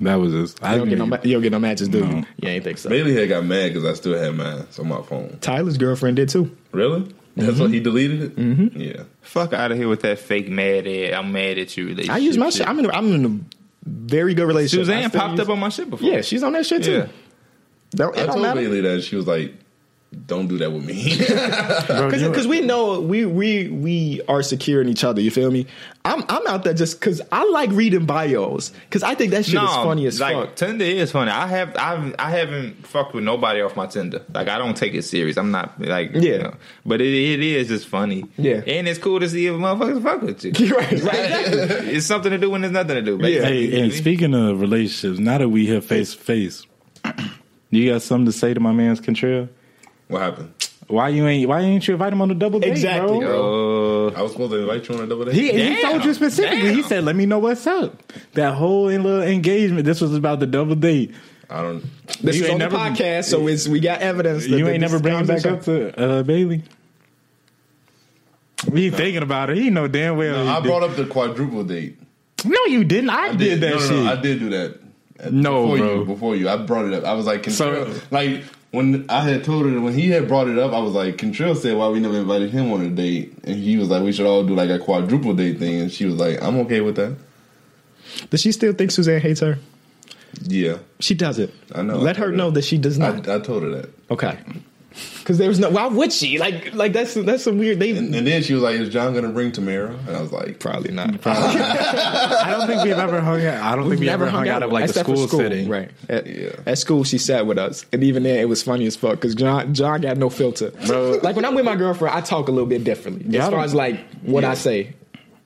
Speaker 4: That was us. I
Speaker 1: You don't,
Speaker 4: didn't
Speaker 1: get no,
Speaker 4: even-
Speaker 1: ma- you don't get no matches, do you?
Speaker 4: No.
Speaker 1: Yeah, I ain't think so.
Speaker 3: Bailey had got mad because I still had mine on my phone.
Speaker 1: Tyler's girlfriend did too.
Speaker 3: Really? That's why he deleted it. Mm-hmm. Yeah.
Speaker 2: Fuck out of here with that fake mad at. I'm mad at you. Relationship
Speaker 1: I use my shit. I'm in, a, I'm in a very good relationship. I
Speaker 2: Suzanne
Speaker 1: still
Speaker 2: popped
Speaker 1: use-
Speaker 2: up on my shit before.
Speaker 1: Yeah, she's on that shit too.
Speaker 2: Yeah.
Speaker 1: Don't,
Speaker 3: I
Speaker 1: it don't
Speaker 3: told
Speaker 1: matter.
Speaker 3: Bailey that she was like, "Don't do that with me."
Speaker 4: Bro, you-
Speaker 1: because we know we we we are secure in each other. You feel me? I'm I'm out there just because I like reading bios because I think that shit is funny as
Speaker 2: like,
Speaker 1: fuck.
Speaker 2: Tinder is funny. I have I've I haven't fucked with nobody off my Tinder. Like I don't take it serious. I'm not like yeah,
Speaker 1: Yeah.
Speaker 2: but it, it is just funny.
Speaker 1: Yeah.
Speaker 2: and it's cool to see if motherfuckers fuck with you.
Speaker 1: right, right, exactly.
Speaker 2: it's something to do when there's nothing to do. Basically.
Speaker 4: hey, and speaking of relationships, now that we have face to face, you got something to say to my man's Contrell?
Speaker 3: what happened?
Speaker 4: Why you ain't? Why ain't you invite him on a double date?
Speaker 1: Exactly,
Speaker 4: bro?
Speaker 2: Oh,
Speaker 3: I was supposed to invite you on a double date.
Speaker 4: He, he
Speaker 2: Damn.
Speaker 4: told you specifically. He
Speaker 2: Damn.
Speaker 4: said, "Let me know what's up." That whole little engagement. This was about the double date.
Speaker 3: I don't.
Speaker 1: This
Speaker 4: You
Speaker 1: is
Speaker 4: ain't
Speaker 1: on the
Speaker 4: never-
Speaker 1: podcast, so it's we got evidence. that
Speaker 4: you
Speaker 1: this
Speaker 4: ain't never bring it back
Speaker 1: conversation-
Speaker 4: up to uh, Bailey. He thinking about it. He know damn well. he
Speaker 3: I
Speaker 4: did.
Speaker 3: brought up the quadruple date.
Speaker 4: no, you didn't. I, did, that
Speaker 3: no, no,
Speaker 4: shit.
Speaker 3: No, I did do that.
Speaker 4: No,
Speaker 3: before
Speaker 4: bro.
Speaker 3: you, before you, I brought it up. I was like,
Speaker 4: So-
Speaker 3: Contrell, like when I had told her that when he had brought it up, I was like, Contrell said why we never invited him on a date, and he was like, we should all do like a quadruple date thing, and she was like, I'm okay with that.
Speaker 1: Does she still think Suzanne hates her?
Speaker 3: Yeah,
Speaker 1: She does it.
Speaker 3: I know.
Speaker 1: Let
Speaker 3: I
Speaker 1: her
Speaker 3: told her.
Speaker 1: know that she does
Speaker 3: I,
Speaker 1: not.
Speaker 3: I told her that,
Speaker 1: okay. Because there was no. Why would she? Like, like that's that's some weird. They
Speaker 3: and, and then she was like, Is John gonna bring Tamara? And I was like,
Speaker 1: probably not.
Speaker 4: I don't think we've ever hung out. I don't think we ever hung out at like a
Speaker 1: except for
Speaker 4: school, setting.
Speaker 1: Right. At,
Speaker 3: Yeah.
Speaker 1: at school, she sat with us, and even then, it was funny as fuck because John John got no filter. like when I'm with my girlfriend, I talk a little bit differently
Speaker 4: Yeah,
Speaker 1: as
Speaker 4: I
Speaker 1: far
Speaker 4: don't-
Speaker 1: as like what I say.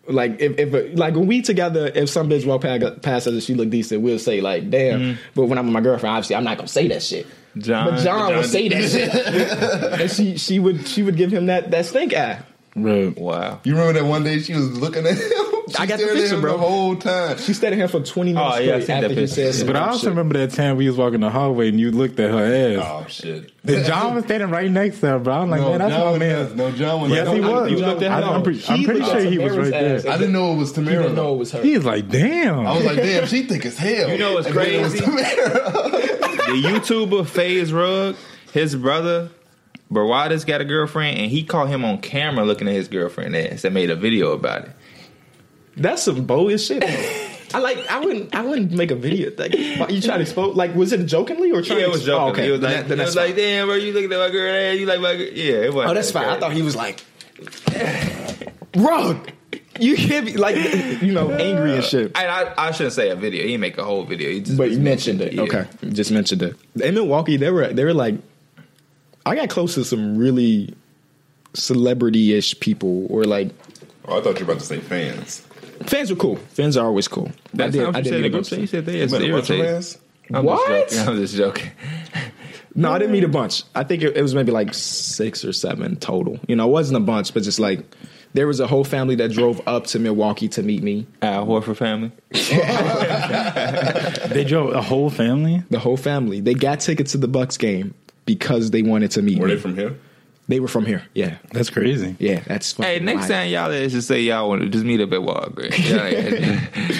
Speaker 1: Like if, if a, like when we together, if some bitch walk past, past us and she look decent, we'll say like damn. But when I'm with my girlfriend, obviously I'm not gonna say that shit.
Speaker 2: John-
Speaker 1: but John,
Speaker 2: John-
Speaker 1: would say that shit, and she she would she would give him that that stink eye.
Speaker 4: Right.
Speaker 2: Wow.
Speaker 3: You remember that one day she was looking at him? She
Speaker 1: I got the
Speaker 3: stared at
Speaker 1: picture,
Speaker 3: him
Speaker 1: bro.
Speaker 3: The whole time.
Speaker 1: She stayed in here for 20 minutes
Speaker 2: Oh, yeah, I
Speaker 1: straight
Speaker 2: seen that
Speaker 1: after he
Speaker 2: picture.
Speaker 1: said some
Speaker 4: But I
Speaker 1: dumb
Speaker 4: also
Speaker 1: shit.
Speaker 4: remember that time we was walking the hallway and you looked at her ass.
Speaker 3: Oh shit!
Speaker 4: And John was standing right next to her, bro. I'm like,
Speaker 3: no,
Speaker 4: man, that's
Speaker 3: John
Speaker 4: my
Speaker 3: does.
Speaker 4: man.
Speaker 3: No, John was.
Speaker 4: Yes,
Speaker 3: I
Speaker 4: he
Speaker 3: don't-
Speaker 4: was.
Speaker 1: you looked at
Speaker 4: I-
Speaker 1: her.
Speaker 4: I'm pretty, I'm
Speaker 1: He
Speaker 4: pretty
Speaker 1: looked
Speaker 4: sure
Speaker 1: at
Speaker 4: he was
Speaker 1: Tamara's
Speaker 4: right there.
Speaker 1: ass.
Speaker 3: I didn't know it was Oh.
Speaker 1: You
Speaker 3: Tamara.
Speaker 1: didn't know
Speaker 3: though.
Speaker 1: it was her.
Speaker 4: He's like, damn.
Speaker 3: I was like, damn, she thick as hell.
Speaker 2: You know what's
Speaker 3: And then it was
Speaker 2: crazy?
Speaker 3: Tamara.
Speaker 2: the YouTuber FaZe Rug, his brother Barada's got a girlfriend, and he caught him on camera looking at his girlfriend ass and made a video about it.
Speaker 1: That's some bogus shit. I like. I wouldn't. I wouldn't make a video. Like why- you try to expose. Like was it jokingly or trying
Speaker 2: Yeah,
Speaker 1: to
Speaker 2: it was
Speaker 1: expo-
Speaker 2: joking.
Speaker 1: Oh, okay.
Speaker 2: It was like,
Speaker 1: Then-
Speaker 2: it
Speaker 1: then
Speaker 2: was
Speaker 1: that's
Speaker 2: like,
Speaker 1: fine.
Speaker 2: damn, bro, you looking at my girl ass? You like my girl? Yeah, it was.
Speaker 1: oh, that's fine. I thought he was like, bro, you can't be like, you know, angry and shit.
Speaker 2: I, I, I shouldn't say a video. He didn't make a whole video. He just,
Speaker 1: But you mentioned it.
Speaker 2: Yeah.
Speaker 1: Okay, You just mentioned it. In Milwaukee, they were they were like, I got close to some really celebrity ish people, or like
Speaker 3: Oh, I thought you were about to say fans.
Speaker 1: fans were cool. Fans are always cool.
Speaker 2: That's
Speaker 1: I did.
Speaker 2: not what
Speaker 1: I
Speaker 2: you said
Speaker 1: did
Speaker 2: in
Speaker 1: meet
Speaker 2: the
Speaker 1: a
Speaker 2: group
Speaker 1: bunch.
Speaker 2: chat.
Speaker 1: Of,
Speaker 2: You said they
Speaker 3: Wait, a bunch of
Speaker 2: irritated.
Speaker 3: fans?
Speaker 2: I'm
Speaker 1: What?
Speaker 2: Just joking. I'm just joking.
Speaker 1: no, I didn't meet a bunch. I think it, it was maybe like six or seven total. You know, it wasn't a bunch, but just like there was a whole family that drove up to Milwaukee to meet me.
Speaker 2: Al Horford family.
Speaker 4: they drove a whole family?
Speaker 1: The whole family. They got tickets to the Bucks game because they wanted to meet
Speaker 3: Were
Speaker 1: me.
Speaker 3: they from here?
Speaker 1: They were from here. Yeah.
Speaker 4: That's crazy.
Speaker 1: Yeah, that's fucking
Speaker 2: Hey, next
Speaker 1: wild.
Speaker 2: time y'all is just say y'all want to just meet up at Walgreens. Y'all ain't-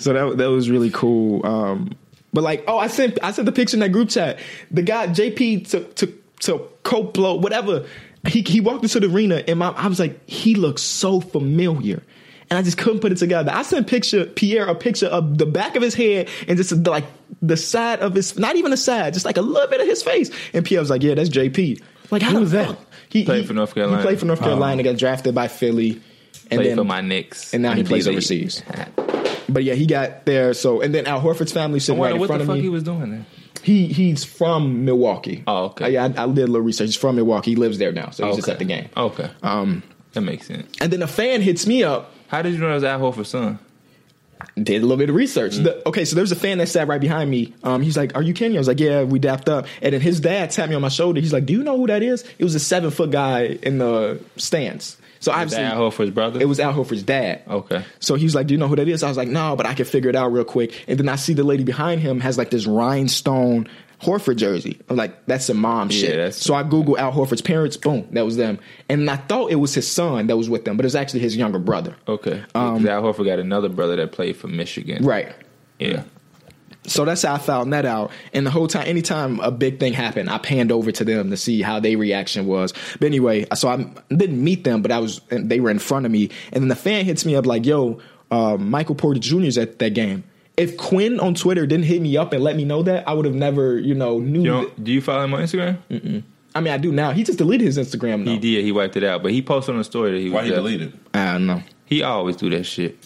Speaker 1: So that that was really cool. Um, but like, oh, I sent I sent the picture in that group chat. The guy JP took took to Coplo, whatever. He he walked into the arena, and my I was like, he looks so familiar. And I just couldn't put it together. I sent picture Pierre a picture of the back of his head and just like the side of his, not even the side, just like a little bit of his face. And Pierre was like, "Yeah, that's JP." Like, how
Speaker 4: Who
Speaker 1: the
Speaker 4: was that?
Speaker 1: fuck? He
Speaker 2: Played for North Carolina.
Speaker 1: He played for North Carolina. Got drafted by Philly. And
Speaker 2: Play
Speaker 1: then
Speaker 2: for my Knicks.
Speaker 1: and now
Speaker 2: in
Speaker 1: he
Speaker 2: the
Speaker 1: plays
Speaker 2: D-League.
Speaker 1: overseas. But yeah, he got there. So and then Al Horford's family
Speaker 2: I
Speaker 1: sitting right
Speaker 2: wonder
Speaker 1: in
Speaker 2: what
Speaker 1: front
Speaker 2: the
Speaker 1: of
Speaker 2: fuck
Speaker 1: me.
Speaker 2: he was doing there.
Speaker 1: he he's from Milwaukee.
Speaker 2: Oh, okay.
Speaker 1: Uh, yeah, I, I did a little research. He's from Milwaukee. He lives there now, so he's just
Speaker 2: Okay.
Speaker 1: at the game.
Speaker 2: Okay. Um, that makes sense.
Speaker 1: And then a fan hits me up.
Speaker 2: How did you know it was Al Horford's son?
Speaker 1: Did a little bit of research.
Speaker 2: Mm.
Speaker 1: The- okay, so there was a fan that sat right behind me. Um, he's like, "Are you Kenny?" I was like, "Yeah, we dapped up." And then his dad tapped me on my shoulder. He's like, "Do you know who that is?" It was a seven foot guy in the stands. So
Speaker 2: Was
Speaker 1: obviously,
Speaker 2: Al Horford's brother?
Speaker 1: It was Al Horford's dad.
Speaker 2: Okay.
Speaker 1: So he was like, "Do you know who that is?" I was like, "No," but I can figure it out real quick. And then I see the lady behind him has like this rhinestone Horford jersey. I'm like, "That's some mom shit."
Speaker 2: that's-
Speaker 1: so I Google Al Horford's parents. Boom, that was them. And I thought it was his son that was with them, but it was actually his younger brother.
Speaker 2: Okay. Because Al Horford got another brother that played for Michigan.
Speaker 1: Um, Right.
Speaker 2: Yeah.
Speaker 1: So that's how I found that out. And the whole time, anytime a big thing happened, I panned over to them to see how their reaction was. But anyway, so I didn't meet them, but I was and they were in front of me. And then the fan hits me up like, "Yo, uh, Michael Porter Jr.'s at that game." If Quinn on Twitter didn't hit me up and let me know that, I would have never, you know, knew.
Speaker 2: You
Speaker 1: that-
Speaker 2: don't, do you follow him on Instagram?
Speaker 1: I mean, I do now. He just deleted his Instagram. Though.
Speaker 2: He did. He wiped it out. But he posted on the story that he was
Speaker 3: Why he
Speaker 2: there.
Speaker 3: deleted?
Speaker 1: I don't know,
Speaker 2: He always do that shit.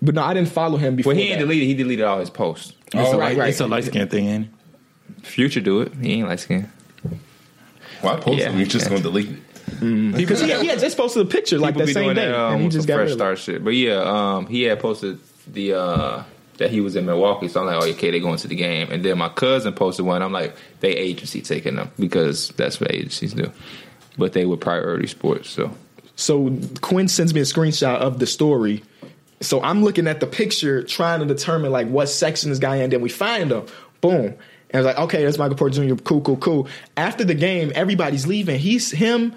Speaker 1: but no, I didn't follow him before.
Speaker 2: Well, he ain't
Speaker 1: that.
Speaker 2: deleted. He deleted all his posts.
Speaker 1: It's
Speaker 3: Oh,
Speaker 1: right, right.
Speaker 4: It's a light skin thing, ain't it?
Speaker 2: Future do it. He ain't light skinned.
Speaker 3: Why post
Speaker 2: Yeah.
Speaker 3: him? You're just gonna delete it.
Speaker 1: because he, he had just posted a picture like
Speaker 2: People
Speaker 1: that
Speaker 2: be
Speaker 1: same
Speaker 2: doing
Speaker 1: day,
Speaker 2: that um,
Speaker 1: and he
Speaker 2: with
Speaker 1: just got
Speaker 2: some fresh
Speaker 1: rid of it.
Speaker 2: start shit. But yeah, um, he had posted the uh, that he was in Milwaukee, so I'm like, oh, okay, they going to the game. And then my cousin posted one. I'm like, they agency taking them because that's what agencies do. But they were priority sports, so
Speaker 1: So Quinn sends me a screenshot of the story. So I'm looking at the picture, trying to determine like what section this guy in. Then we find him. Boom. And I was like, okay, that's Michael Porter Jr. Cool, cool, cool. After the game, everybody's leaving. He's him,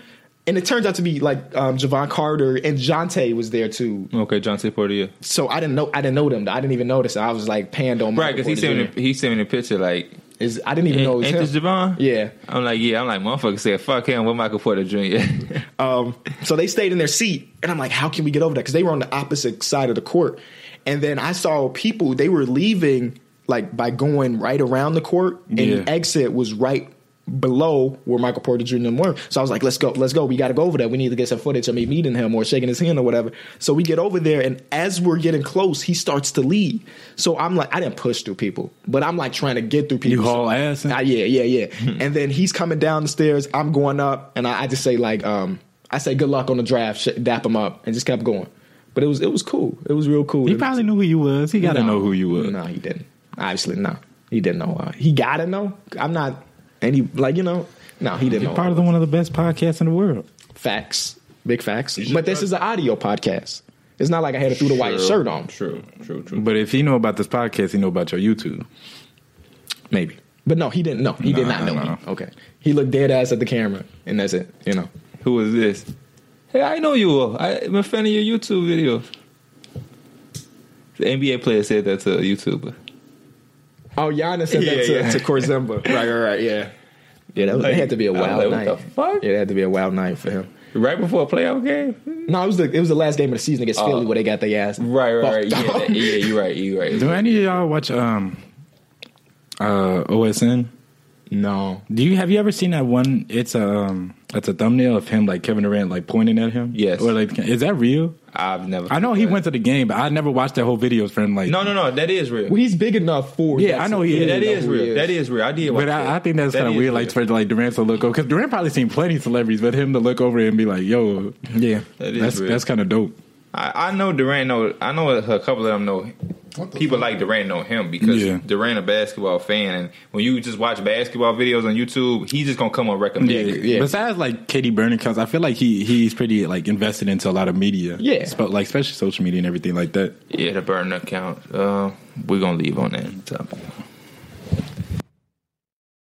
Speaker 1: and it turns out to be like um, Javon Carter and Jonte was there too.
Speaker 2: okay, John C. Porter.
Speaker 1: So I didn't know, I didn't know them. I didn't even notice. I was like panned on
Speaker 2: Right,
Speaker 1: Michael
Speaker 2: because he
Speaker 1: Porter
Speaker 2: sent me
Speaker 1: Jr.
Speaker 2: the, he sent me the picture like,
Speaker 1: Is- I didn't even know
Speaker 2: ain't,
Speaker 1: it
Speaker 2: ain't
Speaker 1: was
Speaker 2: this
Speaker 1: him.
Speaker 2: Javon?
Speaker 1: Yeah.
Speaker 2: I'm like, yeah. I'm like, motherfucker said, fuck him. What Michael Porter Jr.
Speaker 1: Um, so they stayed in their seat, and I'm like, how can we get over that? Because they were on the opposite side of the court. And then I saw people, they were leaving like by going right around the court, and
Speaker 4: Yeah.
Speaker 1: the exit was right below where Michael Porter Jr. and them were. So I was like, let's go, let's go. We got to go over there. We need to get some footage of me meeting him or shaking his hand or whatever. So we get over there, and as we're getting close, he starts to lead. So I'm like, I didn't push through people, but I'm like trying to get through people.
Speaker 4: You haul ass in?
Speaker 1: Ah, yeah, yeah, yeah.
Speaker 4: Hmm.
Speaker 1: and then he's coming down the stairs. I'm going up, and I, I just say like, um, I say good luck on the draft, sh- dap him up, and just kept going. But it was it was cool. It was real cool.
Speaker 4: He
Speaker 1: It-
Speaker 4: probably knew who you was. He got to
Speaker 1: No.
Speaker 4: know who you was.
Speaker 1: No, he didn't. Obviously, no, he didn't know. Uh, he gotta know. I'm not. And he like you know. No, he didn't
Speaker 4: You're
Speaker 1: know.
Speaker 4: part of the, one of the best podcasts in the world.
Speaker 1: Facts. Big facts. But this is an audio podcast. It's not like I had a through the wire shirt on.
Speaker 2: True, true, true.
Speaker 4: But if he know about this podcast, he know about your YouTube.
Speaker 1: Maybe. But no, he didn't know. He did
Speaker 4: Nah,
Speaker 1: not know
Speaker 4: nah.
Speaker 1: me. Okay. He looked dead ass at the camera and that's it, you know.
Speaker 2: Who is this? Hey, I know you. I'm a fan of your YouTube video. The NBA player said that to a YouTuber.
Speaker 1: Oh, Giannis said
Speaker 2: Yeah,
Speaker 1: that to,
Speaker 2: yeah.
Speaker 1: to Corzimba. right, right, right, yeah. Yeah, that, was, it had to be a
Speaker 2: I was
Speaker 1: wild
Speaker 2: like,
Speaker 1: night.
Speaker 2: what the fuck?
Speaker 1: Yeah, it had to be a wild night for him.
Speaker 2: Right before a playoff game?
Speaker 1: No, it was the it was the last game of the season against Philly where they got their ass.
Speaker 2: Right, right, right. Yeah,
Speaker 1: fucked up.
Speaker 2: that- yeah, you're right, you're right.
Speaker 4: Do any of y'all watch um uh OSN?
Speaker 1: No.
Speaker 4: Do you have you ever seen that one? It's a um, it's a thumbnail of him like Kevin Durant like pointing at him.
Speaker 2: Yes.
Speaker 4: or like is that real?
Speaker 2: I've never.
Speaker 4: I know he went to the game, but I never watched that whole videos for him. Like
Speaker 2: No, no, no. That is real.
Speaker 1: Well, he's big enough for
Speaker 4: Yeah, I know he
Speaker 2: yeah,
Speaker 4: is.
Speaker 2: that
Speaker 1: know
Speaker 2: is
Speaker 1: who he
Speaker 2: real. That is real. I did. watch
Speaker 4: But
Speaker 2: that.
Speaker 4: I, I think that's
Speaker 2: That
Speaker 4: kind of
Speaker 2: is
Speaker 4: weird, like
Speaker 2: real.
Speaker 4: for like Durant to look over because Durant probably seen plenty of celebrities, but him to look over and be like, "Yo, yeah,
Speaker 2: That is
Speaker 4: that's
Speaker 2: real.
Speaker 4: that's kind of dope."
Speaker 2: I, I know Durant. Know I know a couple of them know.
Speaker 3: What the
Speaker 2: People
Speaker 3: fuck?
Speaker 2: like Durant know him because
Speaker 4: Yeah.
Speaker 2: Durant a basketball fan, and when you just watch basketball videos on YouTube, he's just gonna come on recommended.
Speaker 1: yeah.
Speaker 4: Besides like Katie Burning, because I feel like he he's pretty like invested into a lot of media.
Speaker 1: Yeah.
Speaker 4: Spe- like especially social media and everything like that.
Speaker 2: Yeah, the burn account. Uh, we're gonna leave on that topic.